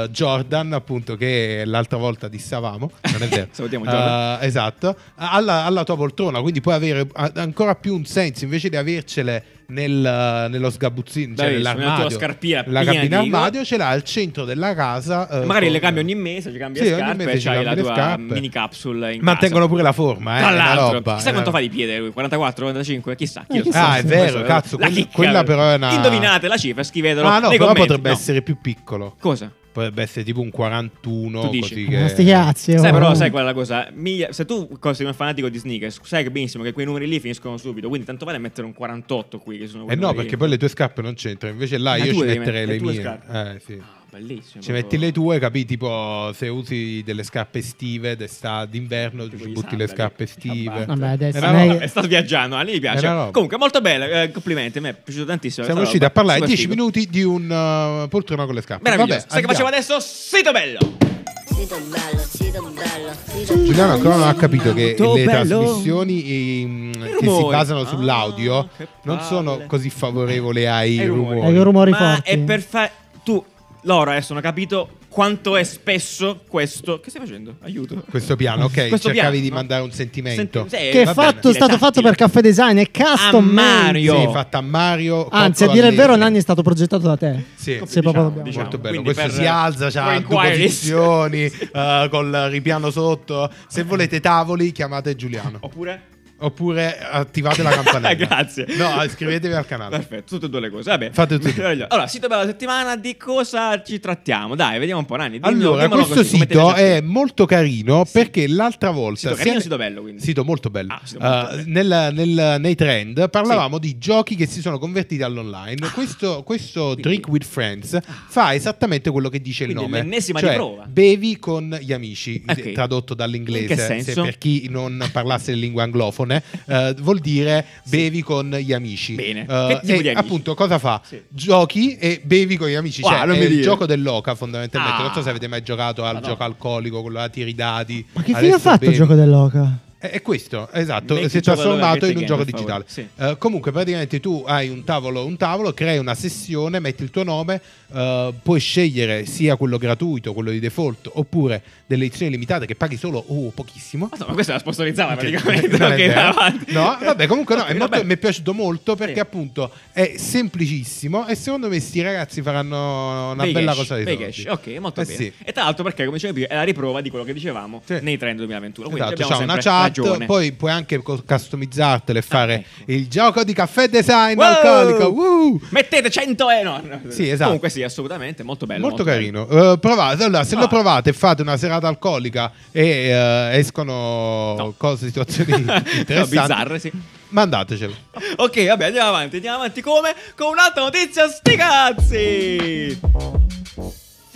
Speaker 2: eh, Jordan, appunto, che l'altra volta dissavamo, non è vero?
Speaker 3: [laughs] Salutiamo
Speaker 2: Eh,
Speaker 3: Jordan.
Speaker 2: esatto, alla, alla tua poltrona, quindi puoi avere a- ancora più un senso invece di avercele nel, nello sgabuzzino, cioè
Speaker 3: Bravissimo,
Speaker 2: nell'armadio.
Speaker 3: nella tua scarpina
Speaker 2: la
Speaker 3: piena
Speaker 2: cabina
Speaker 3: di righe.
Speaker 2: armadio ce l'ha al centro della casa. eh,
Speaker 3: Magari le
Speaker 2: con-
Speaker 3: cambi ogni mese, ci cambi
Speaker 2: Sì,
Speaker 3: le
Speaker 2: ogni
Speaker 3: scarpe
Speaker 2: mese
Speaker 3: e
Speaker 2: ci
Speaker 3: c'hai la
Speaker 2: cambi le
Speaker 3: tua
Speaker 2: scarpe.
Speaker 3: mini capsule in
Speaker 2: Mantengono
Speaker 3: casa.
Speaker 2: pure la forma, eh.
Speaker 3: Tra
Speaker 2: è una
Speaker 3: l'altro,
Speaker 2: roba,
Speaker 3: chissà
Speaker 2: è
Speaker 3: quanto
Speaker 2: una-
Speaker 3: fa di piede lui, 44, 45, chissà. chi
Speaker 4: Eh,
Speaker 3: lo
Speaker 4: chissà.
Speaker 3: sa.
Speaker 2: Ah, è vero,
Speaker 3: Questo-
Speaker 2: cazzo,
Speaker 3: la
Speaker 2: quella-
Speaker 3: chicca.
Speaker 2: quella però è una-
Speaker 3: Indovinate la cifra, scrivetelo
Speaker 2: Ah, no,
Speaker 3: nei
Speaker 2: però
Speaker 3: commenti.
Speaker 2: potrebbe
Speaker 3: No.
Speaker 2: essere più piccolo.
Speaker 3: Cosa?
Speaker 2: Potrebbe essere tipo un 41
Speaker 3: Tu dici?
Speaker 2: così
Speaker 4: Ma
Speaker 2: che...
Speaker 4: Eh, sti cazzi,
Speaker 3: Sai
Speaker 4: oh.
Speaker 3: però, sai qual è la cosa? Miglia- se tu cosa, sei un fanatico di sneakers, sai che benissimo che quei numeri lì finiscono subito, quindi tanto vale mettere un 48 qui che sono
Speaker 2: Eh
Speaker 3: quei
Speaker 2: no,
Speaker 3: numeri
Speaker 2: perché
Speaker 3: lì.
Speaker 2: poi le tue scarpe non c'entrano. Invece là
Speaker 3: Ma
Speaker 2: io
Speaker 3: tu
Speaker 2: ci
Speaker 3: devi mettere
Speaker 2: metterei le
Speaker 3: le tue
Speaker 2: mie.
Speaker 3: scarpe.
Speaker 2: Eh, sì.
Speaker 3: Ah, bellissimo.
Speaker 2: Ci metti le tue, capi? Tipo se usi delle scarpe estive d'estate, d'inverno,
Speaker 3: Tipo
Speaker 2: ci
Speaker 3: gli
Speaker 2: butti le
Speaker 3: sandali, la
Speaker 2: scarpe estive.
Speaker 3: bata.
Speaker 4: Vabbè, adesso
Speaker 2: Era
Speaker 4: non è
Speaker 2: roba-
Speaker 4: che-
Speaker 3: E sta viaggiando, a lei gli
Speaker 2: È una
Speaker 3: piace.
Speaker 2: roba.
Speaker 3: Comunque, molto bella, eh, complimenti, a me è piaciuto tantissimo.
Speaker 2: Siamo
Speaker 3: questa
Speaker 2: riusciti a
Speaker 3: roba.
Speaker 2: parlare
Speaker 3: Super
Speaker 2: 10
Speaker 3: figo.
Speaker 2: minuti di un uh, poltrona con le scarpe.
Speaker 3: Meraviglioso.
Speaker 2: Vabbè,
Speaker 3: Sai che facciamo
Speaker 2: andiamo.
Speaker 3: adesso? Sito bello!
Speaker 8: Sito bello, sito bello, sito
Speaker 2: Giuliano ancora non ha capito che
Speaker 3: Molto
Speaker 2: le
Speaker 3: bello.
Speaker 2: trasmissioni ehm, che si
Speaker 3: rumori.
Speaker 2: basano
Speaker 3: Ah,
Speaker 2: sull'audio
Speaker 3: che
Speaker 2: non
Speaker 3: palle.
Speaker 2: sono così favorevoli ai
Speaker 3: Ai rumori.
Speaker 2: rumori.
Speaker 4: Ai rumori
Speaker 3: Ma
Speaker 4: forti.
Speaker 3: è per fare. Tu, Laura, adesso non ho capito quanto è spesso questo. Che stai facendo? Aiuto.
Speaker 2: Questo piano, ok,
Speaker 3: Questo
Speaker 2: cercavi
Speaker 3: piano,
Speaker 2: di
Speaker 3: no?
Speaker 2: mandare un sentimento.
Speaker 3: Senti- sì,
Speaker 4: Che è
Speaker 3: Eh, va bene. eh.
Speaker 4: fatto- è stato fatto per Caffè Design e custom
Speaker 3: A Mario.
Speaker 4: made.
Speaker 2: Sì, fatta a Mario.
Speaker 4: Anzi, a
Speaker 2: Cotto
Speaker 4: dire il vero,
Speaker 2: Allegri.
Speaker 4: Nanni è stato progettato da te.
Speaker 2: Sì.
Speaker 4: Se proprio dobbiamo.
Speaker 3: diciamo.
Speaker 2: Molto bello,
Speaker 3: Quindi per-
Speaker 2: questo si alza,
Speaker 3: for
Speaker 2: ha due
Speaker 3: inquiries.
Speaker 2: posizioni, eh, col ripiano sotto. Se volete tavoli, chiamate Giuliano.
Speaker 3: [laughs] Oppure.
Speaker 2: Oppure attivate
Speaker 3: [laughs]
Speaker 2: la campanella.
Speaker 3: Grazie.
Speaker 2: No, iscrivetevi al canale.
Speaker 3: Perfetto, tutte e due le cose. Vabbè, [laughs]
Speaker 2: Fate tutte e due.
Speaker 3: Meraviglioso. Allora, sito della settimana, di cosa ci trattiamo? Dai, vediamo un po', Nani. Dimmi-
Speaker 2: Allora,
Speaker 3: dimmelo
Speaker 2: questo
Speaker 3: così, come te
Speaker 2: sito
Speaker 3: piace a te.
Speaker 2: è molto carino perché l'altra volta...
Speaker 3: Sito
Speaker 2: sia
Speaker 3: carino,
Speaker 2: ne-
Speaker 3: sito bello, quindi.
Speaker 2: Sito molto bello.
Speaker 3: Ah, sito molto
Speaker 2: Eh,
Speaker 3: bello.
Speaker 2: nel- nel- nei trend parlavamo di giochi che si sono convertiti all'online. questo questo
Speaker 3: Ah. Quindi- Ah.
Speaker 2: Drink with Friends fa esattamente quello che dice
Speaker 3: Quindi
Speaker 2: il nome.
Speaker 3: l'ennesima
Speaker 2: cioè,
Speaker 3: riprova.
Speaker 2: Bevi con gli amici, eh,
Speaker 3: Ok.
Speaker 2: tradotto dall'inglese.
Speaker 3: In che senso?
Speaker 2: Se per chi non parlasse le lingue anglofone, eh, vuol dire bevi con gli amici.
Speaker 3: Bene.
Speaker 2: Eh,
Speaker 3: Che tipo
Speaker 2: e
Speaker 3: di amici?
Speaker 2: Appunto, cosa fa?
Speaker 3: Sì.
Speaker 2: Giochi e bevi con gli amici.
Speaker 3: Wow,
Speaker 2: cioè,
Speaker 3: non
Speaker 2: è
Speaker 3: mi
Speaker 2: il
Speaker 3: dire.
Speaker 2: gioco dell'oca, fondamentalmente.
Speaker 3: Ah.
Speaker 2: Non so se avete mai giocato al
Speaker 3: Madonna.
Speaker 2: gioco alcolico, quello a tiri dadi.
Speaker 4: Ma che fine
Speaker 2: Adesso
Speaker 4: ha fatto
Speaker 2: bevi.
Speaker 4: il gioco dell'oca?
Speaker 2: È è questo, esatto,
Speaker 3: Make
Speaker 2: si è
Speaker 3: it gioco
Speaker 2: trasformato
Speaker 3: dove
Speaker 2: in un
Speaker 3: Get
Speaker 2: gioco
Speaker 3: Game, per
Speaker 2: digitale.
Speaker 3: favore.
Speaker 2: Eh, comunque, praticamente tu hai un tavolo, un tavolo, crei una sessione, metti il tuo nome, eh, puoi scegliere sia quello gratuito, quello di default, oppure delle edizioni limitate che paghi solo oh, pochissimo.
Speaker 3: Ma questa la sponsorizzava Ah, praticamente.
Speaker 2: Non è
Speaker 3: ok,
Speaker 2: vero.
Speaker 3: avanti.
Speaker 2: No, vabbè, comunque no, è
Speaker 3: Ok,
Speaker 2: molto-
Speaker 3: vabbè.
Speaker 2: mi è piaciuto molto perché
Speaker 3: Sì.
Speaker 2: appunto è semplicissimo e secondo me sti ragazzi faranno una
Speaker 3: Dei
Speaker 2: bella
Speaker 3: cash,
Speaker 2: cosa di
Speaker 3: dei
Speaker 2: soldi.
Speaker 3: cash. Ok, molto
Speaker 2: Eh
Speaker 3: bene.
Speaker 2: sì.
Speaker 3: E tra l'altro, perché come dicevo più, è la riprova di quello che dicevamo
Speaker 2: Sì.
Speaker 3: nei trend 2021. Quindi
Speaker 2: Esatto,
Speaker 3: abbiamo
Speaker 2: c'ha una
Speaker 3: sempre
Speaker 2: chat,
Speaker 3: ragione.
Speaker 2: poi puoi anche co- customizzartele e fare
Speaker 3: ecco.
Speaker 2: il gioco di caffè design
Speaker 3: Wow!
Speaker 2: alcolico. Woo!
Speaker 3: Mettete 100 e no, no.
Speaker 2: Sì, esatto.
Speaker 3: Comunque sì, assolutamente, molto bello.
Speaker 2: Molto
Speaker 3: bello. Ah.
Speaker 2: carino. Eh, provate, allora, se
Speaker 3: Provate.
Speaker 2: lo provate e fate una serata alcolica e eh, escono
Speaker 3: No.
Speaker 2: cose, situazioni
Speaker 3: [laughs]
Speaker 2: interessanti,
Speaker 3: No, bizzarre, sì.
Speaker 2: mandatecelo.
Speaker 3: Ok, vabbè, andiamo avanti, andiamo avanti come? Con un'altra notizia, sti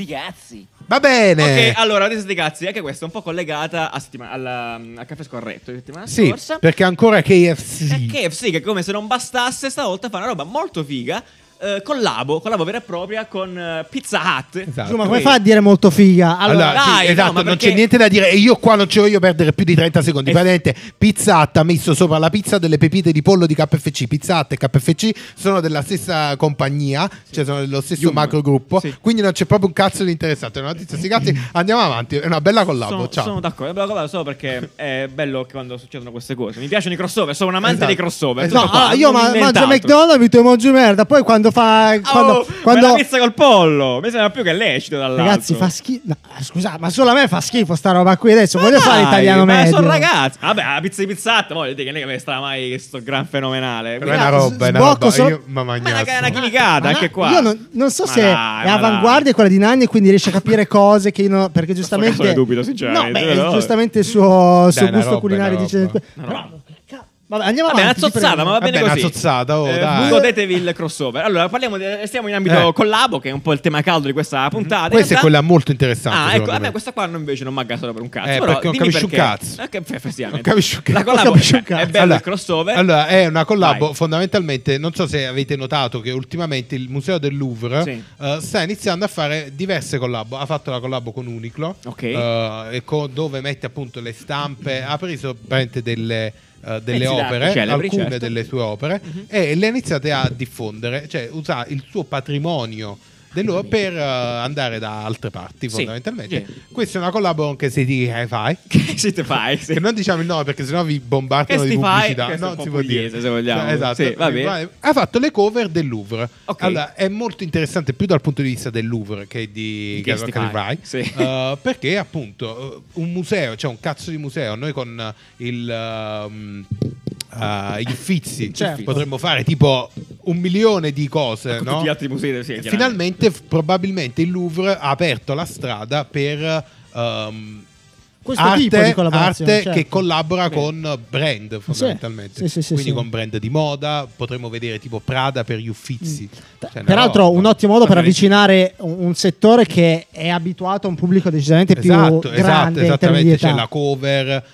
Speaker 3: cazzi!
Speaker 2: Va bene.
Speaker 3: Ok, allora, adesso sti cazzi, anche questa è un po' collegata a settima- alla- al caffè scorretto di settimana
Speaker 2: sì,
Speaker 3: scorsa.
Speaker 2: perché ancora KFC.
Speaker 3: E KFC che come se non bastasse stavolta fa una roba molto figa, eh, collabo, collabo vera e propria con eh, Pizza Hut.
Speaker 2: Esatto.
Speaker 4: Giù, ma come
Speaker 3: Sì.
Speaker 4: fa a dire molto figa? Allora,
Speaker 2: Allora, sì,
Speaker 3: dai, no,
Speaker 2: esatto,
Speaker 3: ma
Speaker 2: non
Speaker 3: perché-
Speaker 2: c'è niente da dire. E io qua non ci voglio perdere più di 30 secondi.
Speaker 3: Eh.
Speaker 2: Praticamente, Pizzatta ha messo sopra la pizza delle pepite di pollo di KFC. Pizzatta e KFC sono della stessa compagnia, cioè sono dello stesso
Speaker 3: Yum.
Speaker 2: macro gruppo.
Speaker 3: Sì. Mm.
Speaker 2: Quindi non c'è proprio un cazzo di interessato. È una notizia, sti cazzi. Andiamo avanti. È una bella collabo.
Speaker 3: Sono,
Speaker 2: Ciao.
Speaker 3: sono d'accordo, è bella cosa solo perché è bello che quando succedono queste cose. Mi piacciono i crossover, sono un amante
Speaker 2: Esatto.
Speaker 3: dei crossover.
Speaker 2: Esatto.
Speaker 3: tutto
Speaker 4: No,
Speaker 3: qua,
Speaker 4: allora, Ah, io
Speaker 3: non
Speaker 4: ma- mangio
Speaker 3: invent'altro.
Speaker 4: McDonald's, mi tu mangio merda. Poi quando fa.
Speaker 3: Oh,
Speaker 4: Quando,
Speaker 3: quando...
Speaker 4: quando-
Speaker 3: pizza col pollo. Mi sembra più che è lecito dall'alto.
Speaker 4: Ragazzi, fa schifo. scusa, ma solo a me fa schifo sta roba qui adesso.
Speaker 3: Ma
Speaker 4: Voglio fare
Speaker 3: dai,
Speaker 4: l'italiano
Speaker 3: ma
Speaker 4: medio.
Speaker 3: sono ragazzi. Vabbè, la pizza di pizzata, voglio dire che non è che mi sarà mai questo gran fenomenale.
Speaker 2: Però
Speaker 3: Quindi-
Speaker 2: è una
Speaker 4: Ragazzi,
Speaker 2: roba. È una
Speaker 4: sbocco
Speaker 2: roba.
Speaker 4: solo-
Speaker 2: Io, mamma
Speaker 3: Ma è una,
Speaker 2: mia.
Speaker 3: è una chimicata,
Speaker 4: Ma
Speaker 3: anche
Speaker 4: no,
Speaker 3: qua.
Speaker 4: Io non, non so
Speaker 3: Ma
Speaker 4: se
Speaker 3: dai,
Speaker 4: è
Speaker 3: ma
Speaker 4: avanguardia
Speaker 3: dai.
Speaker 4: quella di Nanni e quindi riesce a capire cose che io non. Perché
Speaker 3: caso ne
Speaker 4: giustamente.
Speaker 3: dubito, sinceramente,
Speaker 4: No, beh,
Speaker 3: però-
Speaker 4: giustamente il suo, il suo
Speaker 2: Dai, una
Speaker 4: gusto
Speaker 2: roba,
Speaker 4: culinario
Speaker 2: una
Speaker 4: dice.
Speaker 2: roba.
Speaker 4: Però, ca- Vabbè, andiamo
Speaker 3: Vabbè,
Speaker 4: avanti.
Speaker 3: una
Speaker 4: ti
Speaker 3: zozzata,
Speaker 4: prego.
Speaker 3: ma va bene
Speaker 2: Vabbè, una
Speaker 3: così.
Speaker 2: zozzata, oh,
Speaker 3: Eh,
Speaker 2: dai.
Speaker 3: godetevi il crossover. Allora, parliamo di- stiamo in ambito
Speaker 2: Eh.
Speaker 3: collabo, che è un po' il tema caldo di questa puntata. In
Speaker 2: Questa è
Speaker 3: realtà-
Speaker 2: quella molto interessante.
Speaker 3: Ah, ecco,
Speaker 2: secondo
Speaker 3: a
Speaker 2: me.
Speaker 3: me questa qua non- invece non manca solo per un cazzo.
Speaker 2: Eh,
Speaker 3: però
Speaker 2: perché non
Speaker 3: dimmi
Speaker 2: capisci un
Speaker 3: perché.
Speaker 2: cazzo.
Speaker 3: Eh, che- effettivamente.
Speaker 2: Non capisci un cazzo.
Speaker 3: La collabo
Speaker 4: Non capisci un
Speaker 3: cioè, è
Speaker 4: cazzo.
Speaker 3: bello il crossover.
Speaker 2: Allora, è una collabo
Speaker 3: Vai.
Speaker 2: fondamentalmente. Non so se avete notato che ultimamente il Museo del Louvre
Speaker 3: Sì.
Speaker 2: eh, sta iniziando a fare diverse collabo. Ha fatto la collabo con Uniqlo,
Speaker 3: Ok.
Speaker 2: eh, e co- dove mette appunto le stampe. Ha preso praticamente delle. eh, delle
Speaker 3: Pezzi d'arte
Speaker 2: opere,
Speaker 3: celebri,
Speaker 2: alcune
Speaker 3: certo.
Speaker 2: delle sue opere, e le ha iniziate a diffondere, cioè usa il suo patrimonio del Louvre per eh, andare da altre parti,
Speaker 3: Sì,
Speaker 2: fondamentalmente.
Speaker 3: sì.
Speaker 2: Questa è una collabo anche se di hi
Speaker 3: Che si te fai? [laughs] Sì.
Speaker 2: che non diciamo il nome perché sennò vi
Speaker 3: Che
Speaker 2: bombardano di
Speaker 3: sti fai?
Speaker 2: pubblicità.
Speaker 3: Questo è
Speaker 2: No,
Speaker 3: un po'
Speaker 2: si può dire.
Speaker 3: pugliese, se vogliamo.
Speaker 2: Esatto.
Speaker 3: Sì, va bene.
Speaker 2: Ha fatto le cover del Louvre.
Speaker 3: Ok.
Speaker 2: Allora, è molto interessante più dal punto di vista del Louvre che di
Speaker 3: Di che
Speaker 2: Gabriel
Speaker 3: sti fai?
Speaker 2: Calivrai.
Speaker 3: Sì.
Speaker 2: Eh, perché appunto eh, un museo, cioè un cazzo di museo, noi con eh, il, ehm, eh, gli uffizi
Speaker 4: Certo.
Speaker 2: potremmo fare tipo un milione di cose,
Speaker 3: Con
Speaker 2: no?
Speaker 3: tutti gli altri musei del- sì,
Speaker 2: E
Speaker 3: chiaramente.
Speaker 2: Finalmente, f- probabilmente il Louvre ha aperto la strada per ehm,
Speaker 4: Questo tipo di collaborazione,
Speaker 2: arte
Speaker 4: certo.
Speaker 2: che collabora
Speaker 3: Beh.
Speaker 2: con brand fondamentalmente.
Speaker 4: Sì, sì, sì,
Speaker 2: Quindi
Speaker 4: sì.
Speaker 2: con brand di moda, potremmo vedere tipo Prada per gli uffizi. Cioè,
Speaker 4: Tra-
Speaker 2: una
Speaker 4: Mm. Peraltro,
Speaker 2: roba.
Speaker 4: un ottimo modo per
Speaker 3: Vabbè.
Speaker 4: avvicinare un, un settore che è abituato a un pubblico decisamente più
Speaker 2: Esatto, esatto,
Speaker 4: grande in termini di
Speaker 2: esattamente,
Speaker 4: età.
Speaker 2: c'è la cover,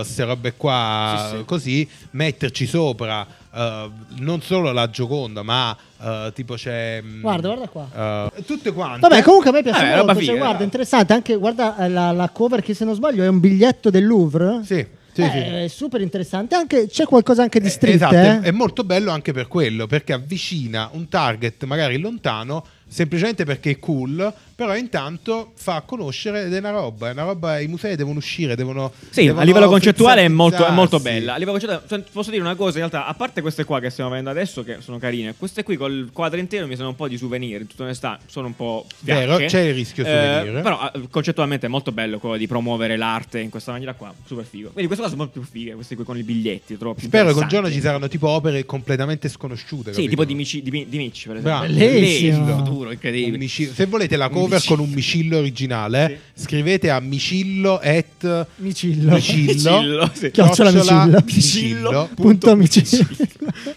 Speaker 2: queste robe qua
Speaker 3: Sì, sì.
Speaker 2: così, metterci sopra eh, non solo la Gioconda, ma eh, tipo c'è mh,
Speaker 4: Guarda, guarda qua.
Speaker 2: eh, tutte quante.
Speaker 4: Vabbè, comunque a me piace
Speaker 3: Vabbè, roba
Speaker 4: molto.
Speaker 3: figa,
Speaker 4: cioè, guarda,
Speaker 3: dai.
Speaker 4: interessante anche guarda eh, la, la cover che se non sbaglio è un biglietto del Louvre.
Speaker 2: Sì, sì,
Speaker 4: Eh,
Speaker 2: sì.
Speaker 4: È super interessante. Anche, c'è qualcosa anche di street.
Speaker 2: Esatto,
Speaker 4: eh?
Speaker 2: è- è molto bello anche per quello, perché avvicina un target magari lontano, semplicemente perché è cool, però intanto fa conoscere ed è una roba, è una roba, i musei devono uscire, devono...
Speaker 3: Sì,
Speaker 2: devono
Speaker 3: a livello concettuale è molto, è molto
Speaker 2: frizzarsi.
Speaker 3: bella. A livello concettuale, cioè, posso dire una cosa, in realtà, a parte queste qua che stiamo vedendo adesso, che sono carine, queste qui col quadro intero mi sono un po' di souvenir, in tutta onestà, sono un po'... fiacche.
Speaker 2: Vero, c'è il rischio souvenir.
Speaker 3: Però eh, concettualmente è molto bello quello di promuovere l'arte in questa maniera qua, super figo. Quindi queste qua sono molto più fighe, queste qui con i biglietti, le trovo più
Speaker 2: Spero che un
Speaker 3: interessanti.
Speaker 2: giorno ci saranno tipo opere completamente sconosciute.
Speaker 3: Sì,
Speaker 2: capito?
Speaker 3: tipo di Mici, di, Mi- di Mici, per esempio.
Speaker 2: Bravo.
Speaker 4: Bellissimo.
Speaker 3: Bellissimo, futuro, incredibile.
Speaker 2: Un mici- Se volete la
Speaker 3: Un
Speaker 2: cover
Speaker 3: micillo.
Speaker 2: con un micillo originale, scrivete a micillo at micillo,
Speaker 4: Micillo.
Speaker 3: Micillo, sì.
Speaker 4: Chiocciola micillo.
Speaker 2: micillo
Speaker 4: Punto micillo.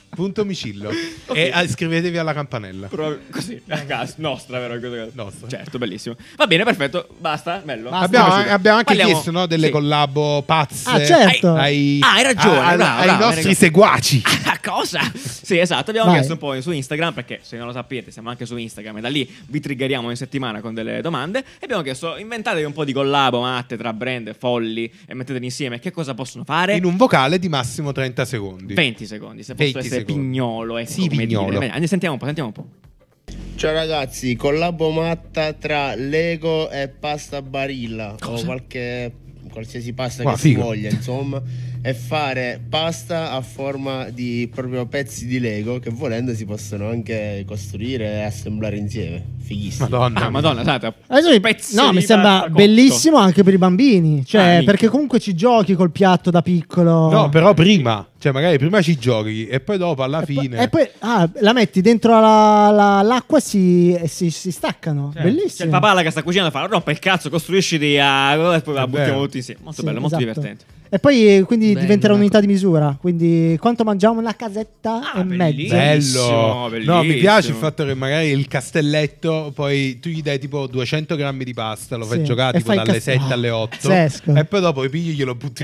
Speaker 2: [laughs] punto micillo.
Speaker 3: Ok.
Speaker 2: E ah, iscrivetevi alla campanella.
Speaker 3: Pro- così, a caso, nostra, vero? Cosa-
Speaker 2: Nostra.
Speaker 3: Certo, bellissimo. Va bene, perfetto. Basta, bello.
Speaker 4: Basta.
Speaker 2: Abbiamo,
Speaker 4: Mi
Speaker 3: Piaciuto.
Speaker 2: abbiamo anche
Speaker 3: Parliamo-
Speaker 2: chiesto no, delle
Speaker 3: sì.
Speaker 2: collabo pazze
Speaker 4: Ah, certo.
Speaker 2: ai,
Speaker 3: Ah, hai ragione,
Speaker 2: a-
Speaker 3: bravo,
Speaker 2: a- ai
Speaker 3: bravo, hai
Speaker 2: nostri
Speaker 3: ragione.
Speaker 2: seguaci.
Speaker 3: [laughs] Ah, cosa? Sì, esatto. Abbiamo
Speaker 4: Vai.
Speaker 3: chiesto un po' su Instagram, perché se non lo sapete, siamo anche su Instagram e da lì vi triggeriamo ogni settimana con delle domande. E abbiamo chiesto: inventatevi un po' di collabo matte tra brand, folli e metteteli insieme. Che cosa possono fare?
Speaker 2: In un vocale di massimo 30 secondi.
Speaker 3: 20 secondi, se posso
Speaker 2: 20
Speaker 3: essere
Speaker 2: secondi.
Speaker 3: pignolo. Ecco,
Speaker 2: Sì,
Speaker 3: come dire.
Speaker 2: pignolo.
Speaker 3: Bene, Sentiamo un po', sentiamo un po'.
Speaker 1: Ciao ragazzi, collabo matta tra Lego e pasta Barilla o qualche qualsiasi pasta
Speaker 2: Wow,
Speaker 1: che
Speaker 2: figo.
Speaker 1: si voglia, insomma, e fare pasta a forma di proprio pezzi di Lego che volendo si possono anche costruire e assemblare insieme. Fighissimo.
Speaker 2: Madonna.
Speaker 3: Ah, madonna, esatto.
Speaker 4: Adesso mi-
Speaker 3: Pezzi
Speaker 4: no,
Speaker 3: di
Speaker 4: mi sembra
Speaker 3: pasta cotto.
Speaker 4: bellissimo anche per i bambini.
Speaker 3: Ah,
Speaker 4: Cioè,
Speaker 3: minchia.
Speaker 4: perché comunque ci giochi col piatto da piccolo.
Speaker 2: No, però prima, cioè magari prima ci giochi e poi dopo alla
Speaker 4: E poi-
Speaker 2: fine.
Speaker 4: E poi ah, la metti dentro la- la- l'acqua e si, e si- si staccano.
Speaker 2: Cioè,
Speaker 3: C'è
Speaker 4: Bellissimo.
Speaker 3: il papà là che sta cucinando fa rompe il cazzo, costruisciti a... e poi
Speaker 2: È
Speaker 3: la buttiamo
Speaker 2: vero.
Speaker 3: tutti insieme. Molto
Speaker 4: Sì,
Speaker 3: bello, molto
Speaker 4: esatto.
Speaker 3: divertente. [laughs]
Speaker 4: E poi eh, quindi
Speaker 3: Bella.
Speaker 4: diventerà un'unità di misura. Quindi quanto mangiamo una casetta
Speaker 3: Ah,
Speaker 4: e
Speaker 3: bellissimo.
Speaker 4: mezza.
Speaker 2: Bello,
Speaker 3: Bellissimo,
Speaker 2: no, mi piace il
Speaker 3: bellissimo.
Speaker 2: fatto che magari il castelletto, poi tu gli dai tipo 200 grammi di pasta, lo fai
Speaker 4: Sì,
Speaker 2: giocare
Speaker 4: e
Speaker 2: tipo
Speaker 4: fai il
Speaker 2: dalle
Speaker 4: castello.
Speaker 2: 7 alle 8,
Speaker 4: Pazzesco.
Speaker 2: e poi dopo i pigli glielo butti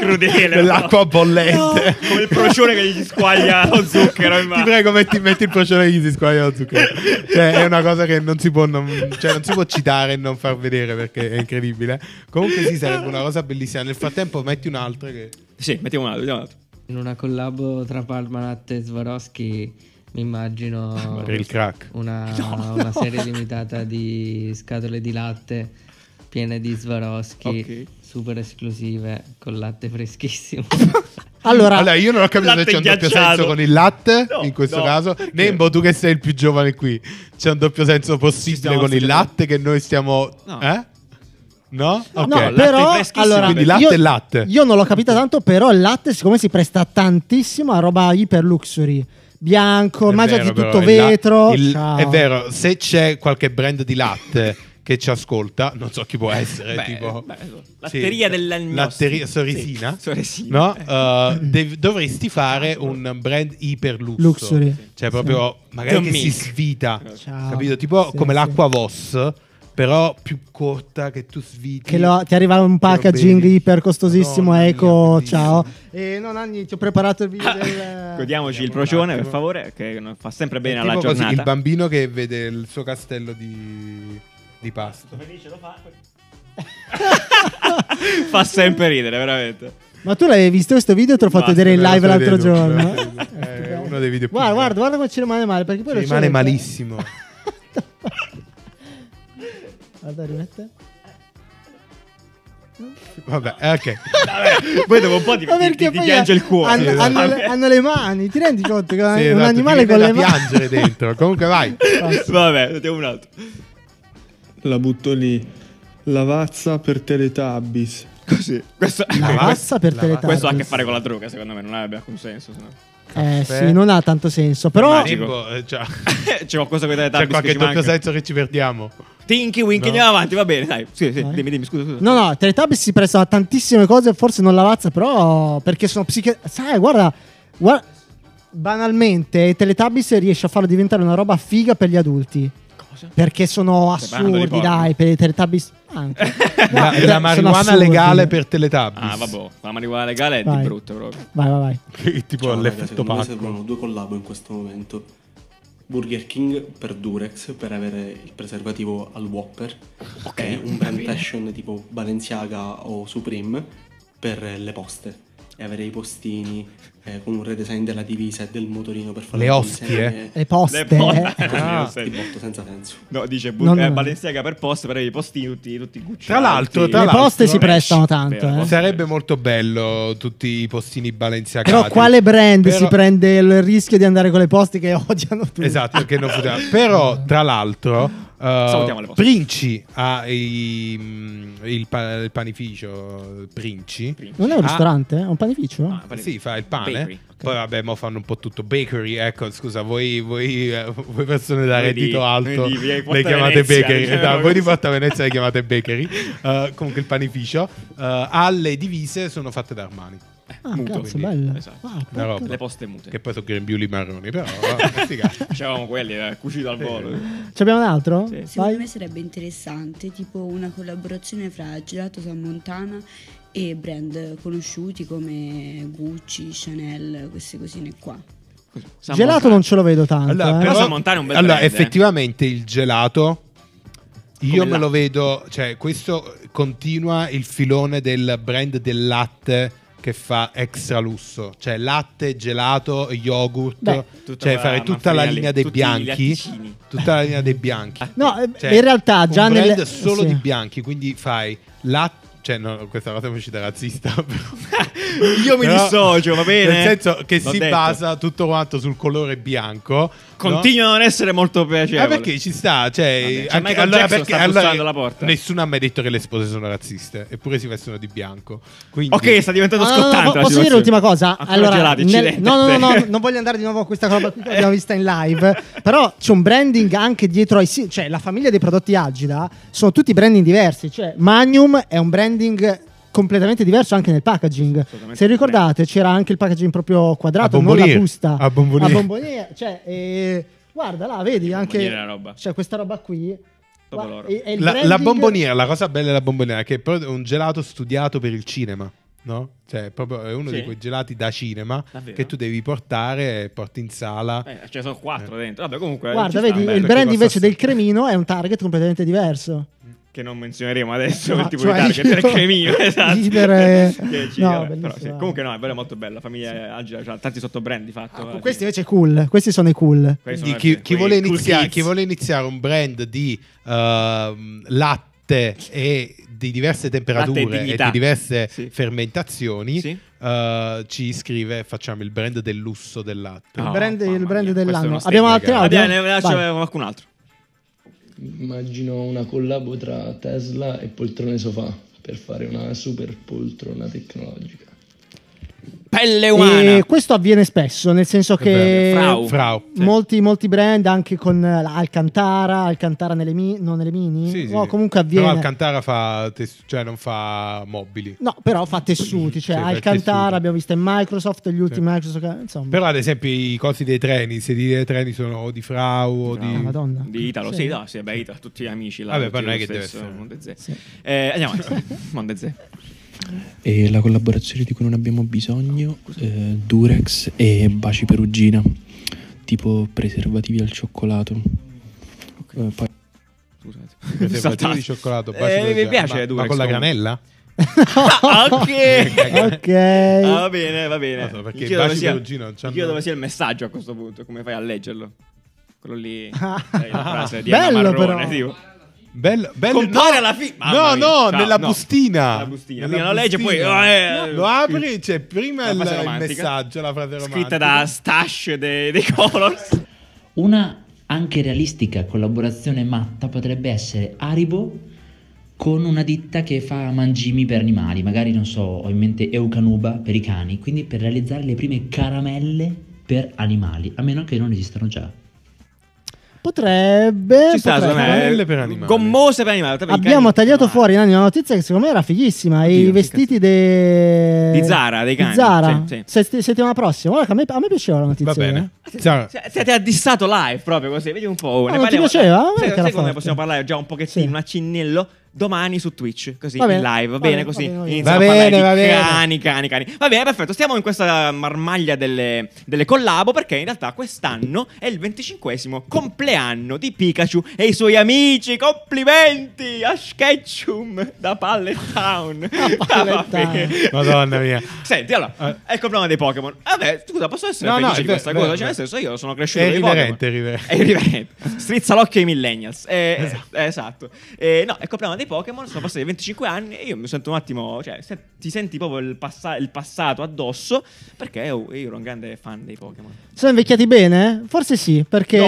Speaker 3: [laughs] Crudele,
Speaker 2: nell'acqua
Speaker 3: no.
Speaker 2: bollente.
Speaker 3: Come il procione che gli squaglia lo zucchero in
Speaker 2: Ti
Speaker 3: mano.
Speaker 2: prego, metti, metti il procione che gli si squaglia lo zucchero. Cioè, è una cosa che non si può, non- cioè, non si può citare e non far vedere perché è incredibile. Comunque, sì, sarebbe una cosa bellissima. Nel frattempo, metti un'altra che.
Speaker 3: Sì, mettiamo un altro, mettiamo un altro.
Speaker 9: In una collab tra Palmanat e Swarovski mi immagino
Speaker 2: Per il crack.
Speaker 9: una,
Speaker 4: No, no.
Speaker 9: una serie limitata di scatole di latte piene di Swarovski
Speaker 3: Ok.
Speaker 9: super esclusive con latte freschissimo.
Speaker 4: Allora,
Speaker 2: Allora, io non ho capito se
Speaker 3: Latte
Speaker 2: c'è un doppio
Speaker 3: ghiacciato.
Speaker 2: senso con il latte
Speaker 3: No,
Speaker 2: in questo
Speaker 3: no,
Speaker 2: caso.
Speaker 3: perché?
Speaker 2: Nembo, tu che sei il più giovane qui, c'è un doppio senso
Speaker 3: Ci stiamo
Speaker 2: possibile con il
Speaker 3: studiando.
Speaker 2: latte che noi stiamo.
Speaker 3: No.
Speaker 2: Eh? No? Ok.
Speaker 4: No,
Speaker 3: latte
Speaker 4: però
Speaker 3: freschissimo.
Speaker 4: allora,
Speaker 2: Quindi latte
Speaker 4: io,
Speaker 2: e latte.
Speaker 4: Io non l'ho capita tanto, però il latte, siccome si presta tantissimo a roba iper luxury, bianco,
Speaker 2: È
Speaker 4: mangiati
Speaker 2: vero, però,
Speaker 4: tutto
Speaker 2: il la-
Speaker 4: vetro.
Speaker 2: il-
Speaker 4: ciao.
Speaker 2: È vero, se c'è qualche brand di latte che ci ascolta, non so chi può essere.
Speaker 3: Eh, Beh,
Speaker 2: Eh, tipo, eh,
Speaker 3: beh, latteria dell'agnostico.
Speaker 2: Latteria Soresina.
Speaker 3: Sì, Soresina.
Speaker 2: No?
Speaker 3: Eh.
Speaker 4: [clears throat]
Speaker 2: Eh, dev- dovresti fare un brand iper lusso.
Speaker 4: Luxury.
Speaker 2: Cioè, proprio magari
Speaker 3: The
Speaker 2: che si
Speaker 3: Mink.
Speaker 2: svita.
Speaker 4: Ciao.
Speaker 2: Capito? Tipo
Speaker 4: Sì,
Speaker 2: come
Speaker 4: sì.
Speaker 2: l'acqua Voss, però più corta che tu sviti.
Speaker 4: Che lo- ti arriva un
Speaker 2: Che lo
Speaker 4: packaging
Speaker 2: bevi.
Speaker 4: iper costosissimo,
Speaker 2: Madonna mia,
Speaker 4: eco,
Speaker 2: bellissimo.
Speaker 4: ciao. E non Anni, ti ho preparato il video del...
Speaker 3: [laughs] Godiamoci il
Speaker 2: vediamo un
Speaker 3: procione,
Speaker 2: attimo.
Speaker 3: per favore, che non- fa sempre
Speaker 2: È
Speaker 3: bene
Speaker 2: tipo
Speaker 3: alla
Speaker 2: così,
Speaker 3: giornata.
Speaker 2: il bambino che vede il suo castello di, di pasta.
Speaker 3: Felice lo fa. [laughs] fa sempre ridere, veramente.
Speaker 4: Ma tu l'avevi visto questo video? Te l'ho fatto
Speaker 3: Basta,
Speaker 4: vedere in
Speaker 2: me lo
Speaker 4: live
Speaker 2: so
Speaker 4: l'altro
Speaker 2: vedere,
Speaker 4: giorno.
Speaker 2: me lo so vedere. È Eh, uno dei video più
Speaker 4: [laughs] Guarda,
Speaker 2: belli.
Speaker 4: guarda, guarda come ci rimane male. Perché poi
Speaker 2: Ci
Speaker 4: lo
Speaker 2: rimane
Speaker 4: cerca.
Speaker 2: malissimo.
Speaker 4: [laughs] Guarda, rimette.
Speaker 2: Vabbè, eh,
Speaker 4: [laughs]
Speaker 2: ok.
Speaker 3: Poi dopo un po' ti,
Speaker 4: Ma
Speaker 3: ti- ti-
Speaker 4: perché
Speaker 3: ti
Speaker 4: poi
Speaker 3: piange il cuore. esatto.
Speaker 4: hanno,
Speaker 2: Sì,
Speaker 4: hanno le,
Speaker 3: Vabbè.
Speaker 4: hanno le mani, ti rendi conto che
Speaker 2: Sì,
Speaker 4: un
Speaker 2: esatto,
Speaker 4: animale
Speaker 2: ti
Speaker 4: con
Speaker 2: viene
Speaker 4: le
Speaker 2: da
Speaker 4: mani
Speaker 2: piangere dentro. Comunque vai.
Speaker 3: [laughs] Vabbè, mettiamo un altro.
Speaker 10: La butto lì. Lavazza per Teletubbies.
Speaker 3: Così. Questo,
Speaker 4: [laughs] La passa per
Speaker 2: La-
Speaker 3: [laughs]
Speaker 4: teletubbies.
Speaker 3: questo ha a che fare con la droga, secondo me, non avrebbe alcun senso. Se no.
Speaker 4: Eh
Speaker 2: Caffè.
Speaker 4: sì, non ha tanto senso, però
Speaker 3: Magico.
Speaker 2: Nembo, eh, cioè,
Speaker 3: [laughs] C'è qualcosa con i
Speaker 2: c'è
Speaker 3: teletubbies che
Speaker 2: qualche
Speaker 3: ci
Speaker 2: doppio
Speaker 3: manca.
Speaker 2: senso che ci perdiamo.
Speaker 3: Tinky Winky,
Speaker 2: No.
Speaker 3: andiamo avanti, va bene, dai. Sì, sì,
Speaker 4: Vai.
Speaker 3: dimmi, dimmi, scusa, scusa.
Speaker 4: No, no, Teletubbies si prestano a tantissime cose, forse non la vazza, però perché sono psiche... Sai, guarda, guarda banalmente Teletubbies riesce a farlo diventare una roba figa per gli adulti.
Speaker 3: Cosa?
Speaker 4: Perché sono
Speaker 3: Stai parlando
Speaker 4: assurdi,
Speaker 3: di porno?
Speaker 4: dai, per i Teletubbies anche.
Speaker 2: [laughs]
Speaker 4: No,
Speaker 2: La,
Speaker 4: eh,
Speaker 2: la
Speaker 4: sono
Speaker 2: marijuana
Speaker 4: assurdi.
Speaker 2: legale per Teletubbies.
Speaker 3: Ah, vabbè, la marijuana legale è
Speaker 4: Vai.
Speaker 3: di brutto proprio.
Speaker 4: Vai, vai, vai.
Speaker 2: tipo l'effetto pacco.
Speaker 10: servono due collabo in questo momento. Burger King per Durex per avere il preservativo al Whopper.
Speaker 3: Ok,
Speaker 10: e un brand fashion tipo Balenciaga o Supreme per le poste. E avere i postini eh, con un redesign della divisa e del motorino per fare
Speaker 2: Le eh.
Speaker 10: la
Speaker 2: ostie?
Speaker 10: consegna.
Speaker 4: Le poste.
Speaker 3: Le porta-
Speaker 2: [laughs]
Speaker 4: eh.
Speaker 3: [laughs]
Speaker 2: Ah.
Speaker 10: Di botto senza senso.
Speaker 3: No, dice
Speaker 4: No, no,
Speaker 3: eh,
Speaker 4: no.
Speaker 3: Balenciaga per post, per i postini tutti, tutti gucciati.
Speaker 2: Tra l'altro, tra
Speaker 4: Le
Speaker 2: l'altro,
Speaker 4: poste si prestano
Speaker 3: Vero,
Speaker 4: tanto, eh.
Speaker 3: poste.
Speaker 2: Sarebbe molto bello tutti i postini balenciacati.
Speaker 4: Però quale brand
Speaker 2: Però-
Speaker 4: si prende il rischio di andare con le poste che [laughs] odiano tutti?
Speaker 2: Esatto, che non funziona. Però, tra l'altro, eh,
Speaker 3: Salutiamo le poste.
Speaker 2: Princi ha i- mm, il, pa- il panificio Princi.
Speaker 4: Non è un
Speaker 2: Ah.
Speaker 4: ristorante? È un panificio?
Speaker 3: Ah, pare-
Speaker 2: Sì, fa il pane.
Speaker 3: Bakery.
Speaker 2: Poi vabbè, mo fanno un po' tutto bakery. Ecco, scusa, voi, voi, eh, voi persone da
Speaker 3: Voi di-
Speaker 2: reddito alto
Speaker 3: voi di- di Porta
Speaker 2: le chiamate
Speaker 3: Venezia,
Speaker 2: bakery.
Speaker 3: diciamo
Speaker 2: No,
Speaker 3: così.
Speaker 2: voi di Porta Venezia le chiamate bakery. Eh, comunque il panificio. alle divise eh, sono fatte da Armani.
Speaker 4: Ah,
Speaker 3: muto,
Speaker 4: cazzo,
Speaker 3: quindi.
Speaker 4: bello.
Speaker 3: Esatto.
Speaker 4: Ah,
Speaker 2: Una roba.
Speaker 3: Le poste mute.
Speaker 2: Che poi sono grembiuli marroni, però. eh,
Speaker 3: [laughs]
Speaker 2: vabbè, sti cazzi.
Speaker 3: Facevamo quelli, eh, cucito al volo.
Speaker 4: Ci abbiamo un altro?
Speaker 3: Sì.
Speaker 11: Secondo me
Speaker 4: Vai.
Speaker 11: sarebbe interessante, tipo una collaborazione fra Gelato San Montana e brand conosciuti come Gucci, Chanel, queste cosine qua.
Speaker 3: San
Speaker 4: Gelato
Speaker 3: Montano.
Speaker 4: non ce lo vedo tanto.
Speaker 2: Allora,
Speaker 4: eh.
Speaker 3: però-
Speaker 2: però,
Speaker 3: San Montano è un bel
Speaker 2: allora,
Speaker 3: brand, eh.
Speaker 2: effettivamente il gelato. Io
Speaker 3: Come
Speaker 2: me
Speaker 3: latte.
Speaker 2: lo vedo, cioè, questo continua il filone del brand del latte che fa extra lusso, cioè latte, gelato, yogurt,
Speaker 4: Beh.
Speaker 3: Tutta
Speaker 2: cioè
Speaker 3: la
Speaker 2: fare tutta
Speaker 3: manfrina
Speaker 2: la
Speaker 3: lì,
Speaker 2: linea dei
Speaker 3: tutti gli
Speaker 2: bianchi,
Speaker 3: latticini. Ah,
Speaker 2: tutta la linea dei bianchi.
Speaker 4: No, eh,
Speaker 2: Cioè,
Speaker 4: in realtà già
Speaker 2: un
Speaker 4: nelle-
Speaker 2: brand solo
Speaker 4: sì.
Speaker 2: di bianchi, quindi fai latte, cioè no, questa cosa mi è uscita razzista. [laughs] però-
Speaker 3: Io mi
Speaker 2: però-
Speaker 3: dissocio, va bene?
Speaker 2: Nel senso che
Speaker 3: L'ho
Speaker 2: si
Speaker 3: detto.
Speaker 2: basa tutto quanto sul colore bianco. no?
Speaker 3: Continua a non essere molto piacevole.
Speaker 2: Ah, perché ci sta, cioè,
Speaker 3: Vabbè, cioè,
Speaker 2: anche-
Speaker 3: Michael
Speaker 2: allora
Speaker 3: Jackson
Speaker 2: perché
Speaker 3: sta
Speaker 2: allora-
Speaker 3: bussando alla porta.
Speaker 2: Nessuno ha mai detto che le spose sono razziste, eppure si vestono di bianco. Quindi,
Speaker 3: Ok, sta diventando
Speaker 4: No, no, no,
Speaker 3: scottante.
Speaker 4: po-
Speaker 3: la
Speaker 4: Ah, posso dire
Speaker 3: situazione.
Speaker 4: l'ultima cosa?
Speaker 3: Ancora
Speaker 4: Allora,
Speaker 3: gelati,
Speaker 4: nel-
Speaker 3: incidente.
Speaker 4: no,
Speaker 3: [laughs]
Speaker 4: no, no, no, non voglio andare di nuovo a questa roba qui che abbiamo vista in live. Però c'è un branding anche dietro ai si- cioè la famiglia dei prodotti Agida sono tutti branding diversi. Cioè, Magnum è un branding completamente diverso anche nel packaging.
Speaker 3: Assolutamente
Speaker 4: Se ricordate, c'era anche il packaging proprio quadrato,
Speaker 2: A
Speaker 4: non la
Speaker 2: bomboniere.
Speaker 4: busta.
Speaker 2: A bomboniere.
Speaker 4: bomboniere. Cioè, eh, guarda là, vedi anche
Speaker 3: bomboniere è la roba.
Speaker 4: Cioè, questa roba qui.
Speaker 3: Dopo
Speaker 4: guarda,
Speaker 3: loro.
Speaker 4: è- è il
Speaker 2: la, la
Speaker 4: branding-
Speaker 2: bomboniera, la cosa bella della bomboniera è che è proprio un gelato studiato per il cinema. No? Cioè, è proprio è uno
Speaker 3: Sì.
Speaker 2: di quei gelati da cinema
Speaker 3: Davvero?
Speaker 2: che tu devi portare, porti in sala.
Speaker 3: Eh, cioè, sono quattro dentro. Vabbè, comunque.
Speaker 4: Guarda,
Speaker 3: Eh, ci sta,
Speaker 4: vedi,
Speaker 3: beh,
Speaker 2: bello,
Speaker 4: il
Speaker 2: perché
Speaker 4: brand
Speaker 2: costa
Speaker 4: invece del
Speaker 2: sempre.
Speaker 4: cremino è un target completamente diverso.
Speaker 3: Che non menzioneremo adesso.
Speaker 4: No,
Speaker 3: il tipo
Speaker 4: cioè,
Speaker 3: di target
Speaker 4: io-
Speaker 3: del cremino. Esatto.
Speaker 4: Leader è-
Speaker 3: Che ci-
Speaker 4: no,
Speaker 3: vabbè,
Speaker 4: bellissimo,
Speaker 3: però sì.
Speaker 4: eh.
Speaker 3: Comunque, no, è bello, molto bella. Famiglia Agile, cioè, tanti sottobrand di fatto. alla fine.
Speaker 4: Ah, questi invece è cool, questi sono i cool.
Speaker 3: Quelli
Speaker 2: Quindi
Speaker 3: sono
Speaker 2: chi,
Speaker 3: quei-
Speaker 2: chi
Speaker 3: quei
Speaker 2: vuole
Speaker 3: cool
Speaker 2: iniziare,
Speaker 3: kids.
Speaker 2: chi vuole iniziare un brand di ehm, latte e di diverse temperature e,
Speaker 3: dignità.
Speaker 2: di diverse
Speaker 3: Sì.
Speaker 2: fermentazioni,
Speaker 3: Sì.
Speaker 2: eh, ci scrive facciamo il brand del lusso del latte.
Speaker 3: No,
Speaker 4: il brand, il
Speaker 3: mamma
Speaker 4: brand
Speaker 3: mia, questo è
Speaker 4: dell'anno.
Speaker 3: uno
Speaker 4: Abbiamo altri
Speaker 2: statement,
Speaker 4: audio?
Speaker 3: Vabbè, ne- ne-
Speaker 4: Vai.
Speaker 3: c'è qualcun altro.
Speaker 12: Immagino una collabo tra Tesla e poltrone sofà per fare una super poltrona tecnologica.
Speaker 3: Pelle umana.
Speaker 4: E questo avviene spesso, nel senso che
Speaker 3: Frau.
Speaker 2: Frau.
Speaker 4: Sì. molti, molti brand anche con eh, la Alcantara, Alcantara nelle mini, non nelle mini,
Speaker 2: Sì, sì,
Speaker 4: o
Speaker 2: sì.
Speaker 4: Mm, comunque avviene.
Speaker 2: Però Alcantara fa tes- cioè non fa mobili.
Speaker 4: No, però fa tessuti, cioè
Speaker 2: Sì, fa
Speaker 4: Alcantara
Speaker 2: tessuti.
Speaker 4: abbiamo visto in Microsoft, gli ultimi Microsoft, insomma.
Speaker 2: Però ad esempio i cosi dei treni, i sedili dei treni sono o di Frau o
Speaker 4: Ah,
Speaker 2: di...
Speaker 4: Madonna.
Speaker 3: Di Italo,
Speaker 4: Sì.
Speaker 3: sì, no, sì, beh, Italo, tutti amici. Là,
Speaker 2: Vabbè,
Speaker 3: tutti
Speaker 2: poi non è che
Speaker 3: lo
Speaker 2: deve
Speaker 3: stesso,
Speaker 2: essere.
Speaker 3: Mondezè.
Speaker 4: Sì.
Speaker 3: Eh, andiamo avanti. Mondezè.
Speaker 13: E la collaborazione di cui non abbiamo bisogno, eh, Durex e Baci Perugina, tipo preservativi al cioccolato. Eh, poi-
Speaker 3: Scusate. [laughs]
Speaker 2: Preservativi
Speaker 3: Saltate.
Speaker 2: di cioccolato, baci
Speaker 3: Eh,
Speaker 2: veloce.
Speaker 3: mi piace
Speaker 2: ma, ma
Speaker 3: Durex
Speaker 2: con la
Speaker 3: comunque.
Speaker 2: granella?
Speaker 3: Ah, [laughs] ok.
Speaker 4: ok.
Speaker 3: Ah, va bene, va bene.
Speaker 2: No, so, perché
Speaker 3: Mi
Speaker 2: i
Speaker 3: chiedo, dove
Speaker 2: baci
Speaker 3: sia,
Speaker 2: perugino non
Speaker 3: mi
Speaker 2: c'hanno-
Speaker 3: chiedo dove sia il messaggio a questo punto. Come fai a leggerlo? Quello
Speaker 4: [laughs]
Speaker 3: lì. sai, la frase di
Speaker 4: Bello,
Speaker 3: Anna Marrone,
Speaker 4: però.
Speaker 3: tipo.
Speaker 2: Bello, bello.
Speaker 3: Compare
Speaker 2: no.
Speaker 3: alla fine.
Speaker 2: No, no, nella bustina.
Speaker 3: Nella bustina.
Speaker 2: Nella
Speaker 3: Prima lo legge, poi.
Speaker 2: bustina.
Speaker 3: oh, eh,
Speaker 2: Lo apri, c'è prima
Speaker 3: La
Speaker 2: il,
Speaker 3: frase
Speaker 2: il
Speaker 3: romantica.
Speaker 2: messaggio, la frase romantica.
Speaker 3: Scritta da Stash dei, dei
Speaker 4: Eh,
Speaker 3: Colors.
Speaker 14: [laughs] Una anche realistica collaborazione matta potrebbe essere Aribo con una ditta che fa mangimi per animali, magari non so, ho in mente Eucanuba per i cani, quindi per realizzare le prime caramelle per animali, a meno che non esistano già.
Speaker 4: Potrebbe
Speaker 3: Ci sta, secondo
Speaker 4: potrebbe.
Speaker 3: me. eh,
Speaker 2: Belle per animali.
Speaker 3: Gommose per animali. Vabbè, i
Speaker 4: Abbiamo
Speaker 3: cani-
Speaker 4: tagliato
Speaker 3: no,
Speaker 4: fuori eh, Nani, una notizia che secondo me era fighissima.
Speaker 3: Oddio,
Speaker 4: I
Speaker 3: che
Speaker 4: vestiti de...
Speaker 3: Di Zara, dei
Speaker 4: di
Speaker 3: cani,
Speaker 4: Zara.
Speaker 3: sì, sì.
Speaker 4: Sett- settimana prossima. Guarda, che a, me, a me piaceva la notizia.
Speaker 2: Va bene. Ciao.
Speaker 3: Cioè, Siete addissato live proprio così, vedi un po'. oh,
Speaker 4: Ah,
Speaker 3: ne
Speaker 4: non ti
Speaker 3: parliamo-
Speaker 4: piaceva? Guarda
Speaker 3: Sai,
Speaker 4: che
Speaker 3: sai
Speaker 4: era
Speaker 3: come
Speaker 4: forte.
Speaker 3: possiamo parlare già un pochettino,
Speaker 4: Sì.
Speaker 3: un accennello? Domani su Twitch, così
Speaker 4: Va bene,
Speaker 3: in live, va
Speaker 4: va
Speaker 3: bene
Speaker 4: bene,
Speaker 3: così.
Speaker 4: va bene,
Speaker 3: Iniziamo
Speaker 4: va bene.
Speaker 2: Va
Speaker 3: a parlare
Speaker 2: bene, va
Speaker 3: di
Speaker 2: bene.
Speaker 3: cani, cani, cani. Va bene, perfetto, stiamo in questa marmaglia delle, delle collabo perché in realtà quest'anno è il 25 compleanno di Pikachu e i suoi amici. Complimenti a Sketchum da Pallet Town. [laughs] Ah,
Speaker 4: Pallet Town. Eh.
Speaker 2: Madonna mia.
Speaker 3: Senti, allora, è il problema dei Pokémon. Vabbè, scusa, posso essere
Speaker 2: No, no,
Speaker 3: felice
Speaker 2: è
Speaker 3: di
Speaker 2: ver-
Speaker 3: questa
Speaker 2: ver-
Speaker 3: cosa? Cioè,
Speaker 2: ver-
Speaker 3: nel senso, io sono cresciuto
Speaker 2: È
Speaker 3: con i
Speaker 2: irriverente,
Speaker 3: Pokémon.
Speaker 2: irriverente.
Speaker 3: È irriverente. [laughs] Strizza l'occhio ai millennials. Eh, eh, esatto. Eh, no, è il problema dei Pokémon. Sono passati 25 anni e io mi sento un attimo... Cioè, se- ti senti proprio il, passa- il passato addosso perché io, io ero un grande fan dei Pokémon.
Speaker 4: Sono invecchiati bene? Forse sì, perché...
Speaker 3: No,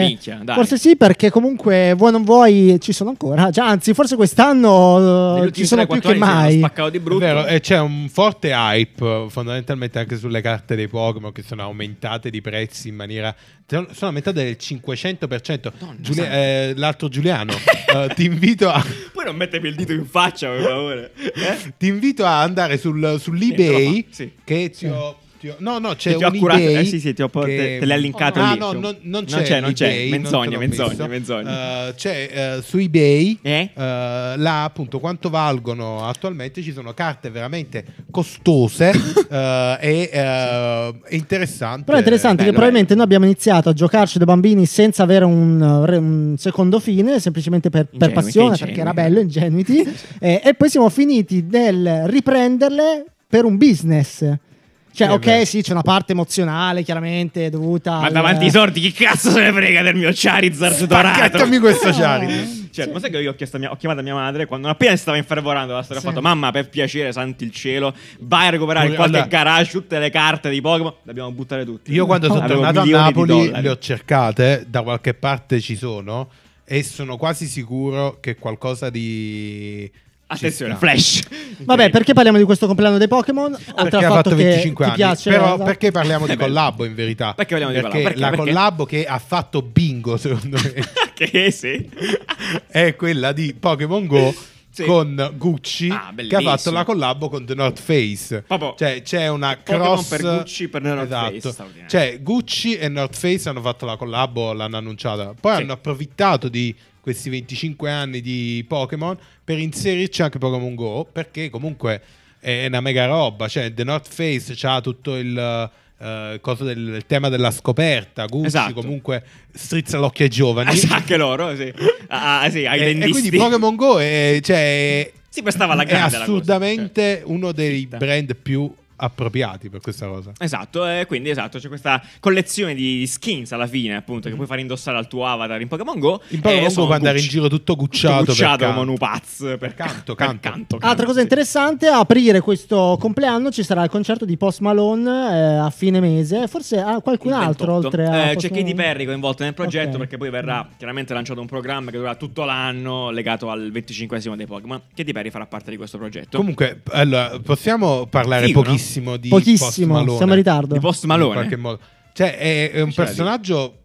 Speaker 3: sì, minchia, dai.
Speaker 4: Forse sì, perché comunque vuoi non vuoi ci sono ancora. Già, anzi, forse quest'anno eh, ci sono più che mai. eh.
Speaker 3: spaccato di brutto.
Speaker 2: È vero, e c'è un forte hype eh, fondamentalmente anche sulle carte dei Pokémon che sono aumentate di prezzi in maniera... Sono
Speaker 3: [laughs]
Speaker 2: sono aumentate del 500%. Giulia- eh, l'altro Giuliano, eh, ti invito a...
Speaker 3: Pure Poi non mettermi il dito in faccia, per favore. Eh?
Speaker 2: Ti invito a andare sul, sull'eBay
Speaker 3: Niente, sì.
Speaker 2: che ti ho, ti ho- No, no,
Speaker 3: Ti
Speaker 2: c'è
Speaker 3: ho
Speaker 2: un
Speaker 3: accurato-
Speaker 2: eBay
Speaker 3: eh sì, sì, ti ho por- te- te le ha linkate
Speaker 2: Ah,
Speaker 3: lì,
Speaker 2: no,
Speaker 3: su-
Speaker 2: non,
Speaker 3: Non
Speaker 2: c'è,
Speaker 3: c'è, non c'è.
Speaker 2: eBay, non te l'ho
Speaker 3: Menzogna, menzogna,
Speaker 2: messo.
Speaker 3: menzogna.
Speaker 2: Eh, c'è eh, su eBay eh, là appunto quanto valgono attualmente ci sono carte veramente
Speaker 3: [coughs]
Speaker 2: costose eh, e eh, interessanti.
Speaker 4: Però è interessante che probabilmente noi abbiamo iniziato a giocarci da bambini senza avere un, uh, re- un secondo fine, semplicemente per, per
Speaker 3: Ingenui,
Speaker 4: passione,
Speaker 3: che ingenui.
Speaker 4: perché era bello, ingenuity,
Speaker 3: [laughs]
Speaker 4: eh, e poi siamo finiti nel riprenderle per un business. Cioè,
Speaker 3: Sì, è vero.
Speaker 4: ok, sì, c'è una parte emozionale, chiaramente, dovuta
Speaker 3: Eh, Ma
Speaker 4: al-
Speaker 3: davanti ai sordi, chi cazzo se ne frega del mio Charizard dorato?
Speaker 2: Spaccattami questo Charizard.
Speaker 3: Certo, ma sai che io ho, chiesto a mia- ho chiamato mia madre quando appena stava infervorando la storia,
Speaker 4: Sì.
Speaker 3: ho fatto mamma per piacere, santi il cielo, vai a recuperare in
Speaker 2: Allora-
Speaker 3: qualche garage tutte le carte di Pokémon, le dobbiamo buttare tutte.
Speaker 2: Io quando sono
Speaker 3: Avevo
Speaker 2: tornato a
Speaker 3: milioni di
Speaker 2: Napoli
Speaker 3: dollari.
Speaker 2: le ho cercate, da qualche parte ci sono e sono quasi sicuro che qualcosa di...
Speaker 3: Attenzione,
Speaker 2: ci sta.
Speaker 3: flash.
Speaker 4: Vabbè, perché parliamo di questo compleanno dei Pokémon? Oltre
Speaker 2: Perché
Speaker 4: al
Speaker 2: ha
Speaker 4: fatto
Speaker 2: fatto
Speaker 4: che
Speaker 2: 25
Speaker 4: ti
Speaker 2: anni.
Speaker 4: piace,
Speaker 2: Però
Speaker 4: esatto.
Speaker 2: perché parliamo di
Speaker 3: Eh beh.
Speaker 2: collabo in verità?
Speaker 3: Perché parliamo di collabo? Perché-
Speaker 2: la
Speaker 3: perché?
Speaker 2: collabo che ha fatto bingo, secondo me,
Speaker 3: [laughs] Che sì.
Speaker 2: è quella di Pokémon Go.
Speaker 3: Sì.
Speaker 2: Con Gucci
Speaker 3: Ah,
Speaker 2: che ha
Speaker 3: bellissimo.
Speaker 2: fatto la collabo con The North Face,
Speaker 3: Proprio
Speaker 2: cioè c'è una
Speaker 3: Pokémon
Speaker 2: cross
Speaker 3: per Gucci, per The North
Speaker 2: Esatto.
Speaker 3: Face, straordinario.
Speaker 2: Cioè, Gucci e North Face hanno fatto la collabo, l'hanno annunciata. Poi
Speaker 3: Sì.
Speaker 2: hanno approfittato di questi 25 anni di Pokémon per inserirci anche Pokémon Go perché comunque è una mega roba. Cioè, The North Face ha tutto il. eh, coso del il tema della scoperta Gucci
Speaker 3: Esatto.
Speaker 2: comunque strizza l'occhio
Speaker 3: [laughs]
Speaker 2: ai giovani
Speaker 3: Ah, sì, anche loro, sì. Ah, ah, sì, ai
Speaker 2: e, e
Speaker 3: dendisti.
Speaker 2: quindi Pokémon Go è, cioè,
Speaker 3: Sì, questa va alla grande
Speaker 2: è
Speaker 3: la cosa. cioè. certo.
Speaker 2: assurdamente uno dei
Speaker 3: Fitta.
Speaker 2: brand più appropriati per questa cosa
Speaker 3: Esatto, e quindi esatto, c'è questa collezione di skins alla fine, appunto, che puoi far indossare al tuo avatar in Pokémon Go.
Speaker 2: Mm. in Pokémon
Speaker 3: e
Speaker 2: Go
Speaker 3: sono
Speaker 2: puoi andare in
Speaker 3: Gucci.
Speaker 2: giro tutto gucciato,
Speaker 3: Tutto gucciato
Speaker 2: per
Speaker 3: come
Speaker 2: canto.
Speaker 3: un pazzo per canto,
Speaker 2: canto, canto.
Speaker 3: canto,
Speaker 4: Altra cosa interessante, a aprire questo compleanno ci sarà il concerto di Post Malone eh, a fine mese, forse ah, qualcun altro oltre a...
Speaker 3: Eh,
Speaker 4: Post
Speaker 3: c'è Katy
Speaker 4: Malone.
Speaker 3: Perry coinvolta nel progetto
Speaker 4: Ok.
Speaker 3: perché poi verrà chiaramente lanciato un programma che durerà tutto l'anno legato al 25esimo dei Pokémon. Katy Perry farà parte di questo progetto.
Speaker 2: Comunque, allora, possiamo parlare
Speaker 3: Figo, no?
Speaker 2: pochissimo di Post
Speaker 4: Pochissimo,
Speaker 2: Malone.
Speaker 4: siamo in ritardo. Di
Speaker 3: Post
Speaker 2: In
Speaker 3: Malone.
Speaker 2: qualche modo. Cioè, è, è un
Speaker 3: Ce l'ha
Speaker 2: personaggio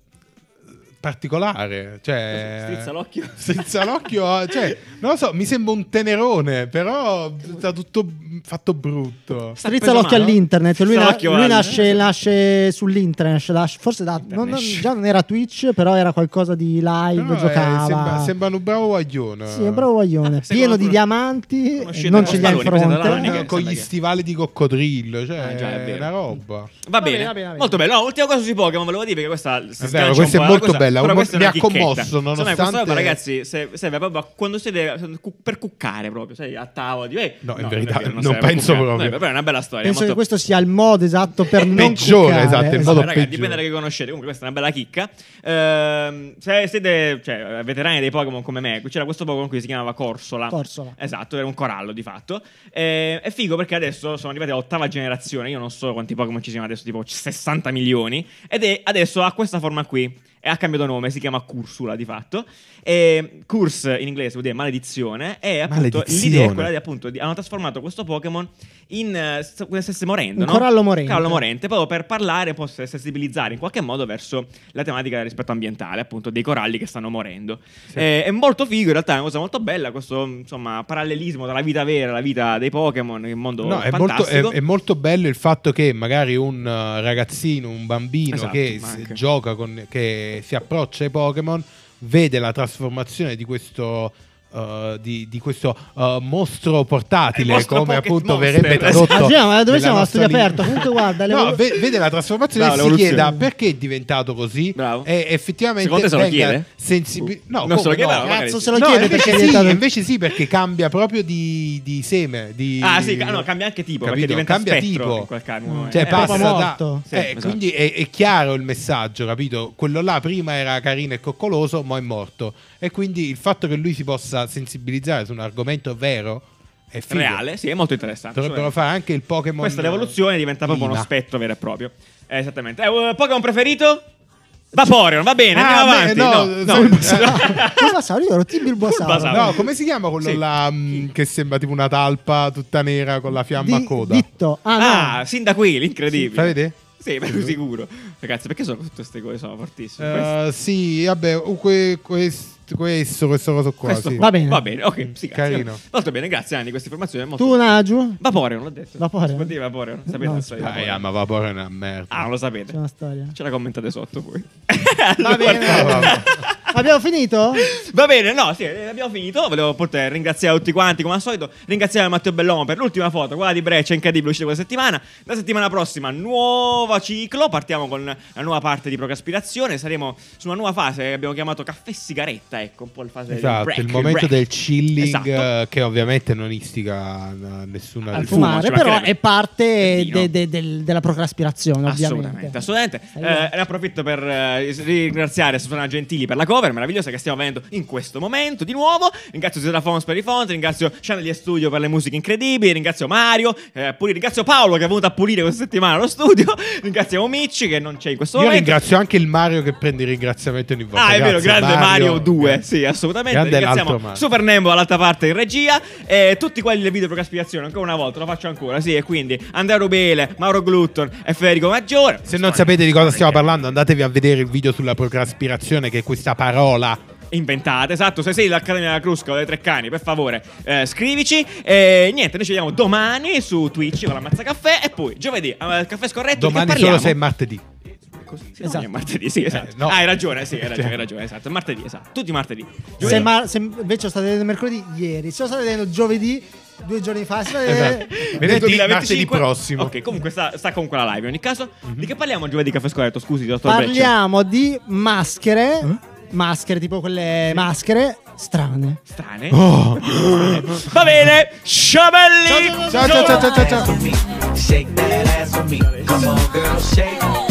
Speaker 2: particolare, cioè
Speaker 3: Strizza
Speaker 2: [laughs]
Speaker 3: l'occhio.
Speaker 2: Strizza l'occhio, cioè, non lo so, mi sembra un tenerone, però sta tutto fatto brutto.
Speaker 4: Strizza l'occhio all'internet, lui,
Speaker 2: Strizza
Speaker 4: na-
Speaker 2: l'occhio
Speaker 4: lui
Speaker 2: al-
Speaker 4: nasce, nasce sull'internet, nasce- forse da- non- non- già non era Twitch, però era qualcosa di live,
Speaker 2: Però, eh,
Speaker 4: giocava.
Speaker 2: sembra, sembra un bravo guaglione.
Speaker 4: Sì, è bravo guaglione,
Speaker 3: Ah, se
Speaker 4: pieno
Speaker 3: conosco-
Speaker 4: di diamanti,
Speaker 3: conoscete
Speaker 4: non
Speaker 3: Post
Speaker 4: ce li ha in
Speaker 3: Malone, presenta la
Speaker 4: fronte.
Speaker 3: Ronica.
Speaker 2: Eh, con
Speaker 3: sembra
Speaker 2: gli
Speaker 3: che-
Speaker 2: stivali di coccodrillo, cioè,
Speaker 3: Ah, già, è
Speaker 2: è
Speaker 3: vero.
Speaker 2: una roba.
Speaker 3: Va bene,
Speaker 4: va bene, va bene.
Speaker 3: molto bello. No, ultima cosa sui Pokémon, volevo dire che questa si
Speaker 2: È
Speaker 3: sgancia
Speaker 2: vero,
Speaker 3: un
Speaker 2: questa è
Speaker 3: po'
Speaker 2: molto
Speaker 3: dalla cosa,
Speaker 2: bella,
Speaker 3: però
Speaker 2: un-
Speaker 3: questa è
Speaker 2: mi
Speaker 3: una
Speaker 2: ha commosso,
Speaker 3: chicchetta. Secondo me questa
Speaker 2: nonostante-
Speaker 3: roba, ragazzi, se- serve proprio a- quando siete cu- per cuccare proprio, sai, a tavola, di eh,
Speaker 2: No, in
Speaker 3: non è
Speaker 2: verità
Speaker 3: vero,
Speaker 2: non
Speaker 3: serve a
Speaker 2: penso
Speaker 3: cuccare.
Speaker 2: proprio.
Speaker 3: No, Però è una bella storia,
Speaker 4: Penso che
Speaker 3: molto-
Speaker 4: questo sia il modo esatto per non
Speaker 2: Peggiore,
Speaker 4: cuccare.
Speaker 2: esatto, il
Speaker 4: esatto.
Speaker 2: modo
Speaker 3: Vabbè, ragazzi,
Speaker 2: peggiore.
Speaker 3: dipende da che conoscete. Comunque, questa è una bella chicca. Ehm, se siete cioè, veterani dei Pokémon come me, c'era questo Pokémon qui che si chiamava Corsola.
Speaker 4: Corsola.
Speaker 3: Esatto, era un corallo di fatto. Eh, è figo perché adesso sono arrivati all'ottava generazione. Io non so quanti Pokémon ci siano adesso, tipo 60 milioni. Ed è adesso ha questa forma qui. E ha cambiato nome, si chiama Cursula di fatto. E Curse in inglese vuol dire maledizione. E appunto
Speaker 2: Maledizione.
Speaker 3: l'idea è quella di appunto di- hanno trasformato questo Pokémon in eh, st- come se stesse morendo.
Speaker 4: Un
Speaker 3: no?
Speaker 4: corallo morente.
Speaker 3: Corallo morente, proprio per parlare, posso sensibilizzare in qualche modo verso la tematica del rispetto ambientale, appunto, dei coralli che stanno morendo. Eh, è molto figo, in realtà, è una cosa molto bella questo insomma, parallelismo tra la vita vera e la vita dei Pokémon, il mondo
Speaker 2: No, è molto,
Speaker 3: fantastico.
Speaker 2: è, è molto bello il fatto che magari un eh, ragazzino, un bambino
Speaker 3: Esatto,
Speaker 2: che
Speaker 3: ma
Speaker 2: si-
Speaker 3: anche-
Speaker 2: gioca con, che si approccia ai Pokémon, vede la trasformazione di questo. eh, di, di questo eh, mostro portatile
Speaker 3: Eh, Il mostro
Speaker 2: come
Speaker 3: Pocket
Speaker 2: appunto
Speaker 3: Monster.
Speaker 2: verrebbe tradotto
Speaker 4: Ah, sì, ma dove
Speaker 2: nella
Speaker 4: siamo? A
Speaker 2: nostra
Speaker 4: studio
Speaker 2: lingua.
Speaker 4: aperto? Comunque, guarda, le-
Speaker 2: No, ve- vede la trasformazione
Speaker 3: Bravo,
Speaker 2: e si
Speaker 3: l'evoluzione.
Speaker 2: chieda perché è diventato così
Speaker 3: Bravo.
Speaker 2: e effettivamente
Speaker 3: Secondo te se lo
Speaker 2: venga
Speaker 3: chiede? Uh,
Speaker 2: sensibi- no,
Speaker 3: Non se lo
Speaker 2: come
Speaker 3: chiede,
Speaker 2: no?
Speaker 3: no,
Speaker 4: Cazzo,
Speaker 3: magari sì.
Speaker 4: se lo
Speaker 2: No,
Speaker 4: chiede
Speaker 2: invece
Speaker 4: perché è
Speaker 2: sì,
Speaker 4: diventato-
Speaker 2: invece sì, perché cambia proprio di, di seme. di-
Speaker 3: Ah, sì, ca- no, cambia anche tipo, perché diventa
Speaker 2: cambia
Speaker 3: spettro
Speaker 2: tipo.
Speaker 3: in quel caso, eh.
Speaker 2: Cioè,
Speaker 3: Eh,
Speaker 2: passa
Speaker 4: proprio
Speaker 2: da-
Speaker 4: morto.
Speaker 2: eh,
Speaker 3: Sì, esatto.
Speaker 2: Quindi è, è chiaro il messaggio, capito? Quello là prima era carino e coccoloso, ma è morto. E quindi il fatto che lui si possa sensibilizzare su un argomento vero è figo.
Speaker 3: Reale, sì, è molto interessante.
Speaker 2: Dovrebbero
Speaker 3: Cioè,
Speaker 2: fare anche il Pokémon.
Speaker 3: Questa è l'evoluzione diventa proprio uno
Speaker 2: Lina.
Speaker 3: spettro vero e proprio. Eh, esattamente. Eh, uh, Pokémon preferito? Vaporeon, va bene,
Speaker 2: Ah,
Speaker 3: andiamo avanti.
Speaker 2: beh,
Speaker 3: No, no,
Speaker 2: [laughs]
Speaker 3: [laughs]
Speaker 2: no,
Speaker 4: Cosa sa? Ah, Io ero Timbir Boasaro.
Speaker 3: Bulbasaur.
Speaker 2: No, come si chiama quello
Speaker 3: Sì.
Speaker 2: là mh, che sembra tipo una talpa tutta nera con la fiamma a
Speaker 4: Di-
Speaker 2: coda?
Speaker 4: Ditto. Ah, no.
Speaker 3: Ah, sin da qui, l'incredibile.
Speaker 2: Fai vedere?
Speaker 3: Sì, ma sono sicuro. Ragazzi, perché sono tutte queste cose? Sono fortissime.
Speaker 2: Eh, sì, vabbè, que- questo questo, questo cosa qua.
Speaker 3: Questo
Speaker 2: sì.
Speaker 3: qua. Va bene. Va bene, ok, sì, grazie.
Speaker 2: Carino.
Speaker 3: Molto bene, grazie Anni, questa informazione è molto...
Speaker 4: Tu, Naju?
Speaker 3: Vaporeo, l'ho detto.
Speaker 4: Vaporeo?
Speaker 3: Si può dire Vaporeo? Non Sapete
Speaker 4: No.
Speaker 3: la storia di Vaporeo?
Speaker 2: Ah, ma vapore è una merda.
Speaker 3: Ah, non lo sapete.
Speaker 4: C'è una storia.
Speaker 3: Ce la commentate sotto voi. [laughs]
Speaker 4: Va bene. Abbiamo finito?
Speaker 3: Va bene, no, sì, eh, abbiamo finito. Volevo poter ringraziare tutti quanti, come al solito. Ringraziare Matteo Bellomo per l'ultima foto, quella di Breccia, incredibile, uscita questa settimana. La settimana prossima, nuovo ciclo. Partiamo con la nuova parte di Procaspirazione. Saremo su una nuova fase che abbiamo chiamato Caffè Sigaretta. Ecco, un po' il fase del
Speaker 2: Esatto,
Speaker 3: break,
Speaker 2: il momento
Speaker 3: break.
Speaker 2: del chilling
Speaker 3: Esatto.
Speaker 2: eh, che ovviamente non istiga a nessuna
Speaker 4: Al
Speaker 2: riforma.
Speaker 4: fumare, però è parte de- de- del- della procraspirazione, ovviamente.
Speaker 3: Assolutamente, assolutamente. Eh, ne approfitto per eh, ringraziare Susana Gentili per la cover meravigliosa che stiamo avendo in questo momento di nuovo. Ringrazio Zeta Fons per i font, ringrazio Channel di Studio per le musiche incredibili, ringrazio Mario, eh, puli- ringrazio Paolo che è venuto a pulire questa settimana lo studio, [laughs] ringraziamo Micci che non c'è in questo
Speaker 2: Io
Speaker 3: momento.
Speaker 2: ringrazio anche il Mario che prende i ringraziamenti ogni volta.
Speaker 3: Ah, è vero,
Speaker 2: Grazie,
Speaker 3: grande Mario, 2, sì, assolutamente.
Speaker 2: Grande
Speaker 3: Ringraziamo
Speaker 2: l'altro Mario.
Speaker 3: Super Nembo all'altra parte in regia e tutti quelli del video per caspirazione, ancora una volta, lo faccio ancora, sì, e quindi Andrea Rubele, Mauro Glutton e Federico Maggiore.
Speaker 2: Se non sapete di cosa stiamo parlando, andatevi a vedere il video sulla procraspirazione, che è questa parola.
Speaker 3: Inventate, esatto. Se sei dell'Accademia della Crusca o dei Tre Cani, per favore, eh, scrivici. E niente, noi ci vediamo domani su Twitch con la Mazza Caffè. E poi giovedì al Caffè Scorretto.
Speaker 2: Domani
Speaker 3: che
Speaker 2: solo
Speaker 3: parliamo.
Speaker 2: se Eh, è martedì.
Speaker 3: Sì, domani è martedì, sì, esatto. Ah, hai ragione, sì, hai
Speaker 2: Cioè.
Speaker 3: ragione, hai ragione, esatto. Martedì, esatto. Tutti martedì. Giovedì.
Speaker 4: Se, ma- se invece lo state vedendo mercoledì, ieri. Se lo state vedendo giovedì, due giorni fa, se lo state
Speaker 3: Esatto.
Speaker 4: vedendo-
Speaker 2: Eh, Venerdì,
Speaker 3: Nel 2025.
Speaker 2: martedì prossimo. Mhm.
Speaker 3: Ok, comunque sta, sta comunque la live. In ogni caso, di che parliamo giovedì Caffè Scorretto? Scusi, dottor Breccia.
Speaker 4: Parliamo di maschere.
Speaker 2: Eh?
Speaker 4: Maschere, tipo quelle maschere strane.
Speaker 3: Strane.
Speaker 2: Oh. [laughs]
Speaker 3: Va bene, sciabelli!
Speaker 5: Shake eh, that ass for me. Come on, girl, shake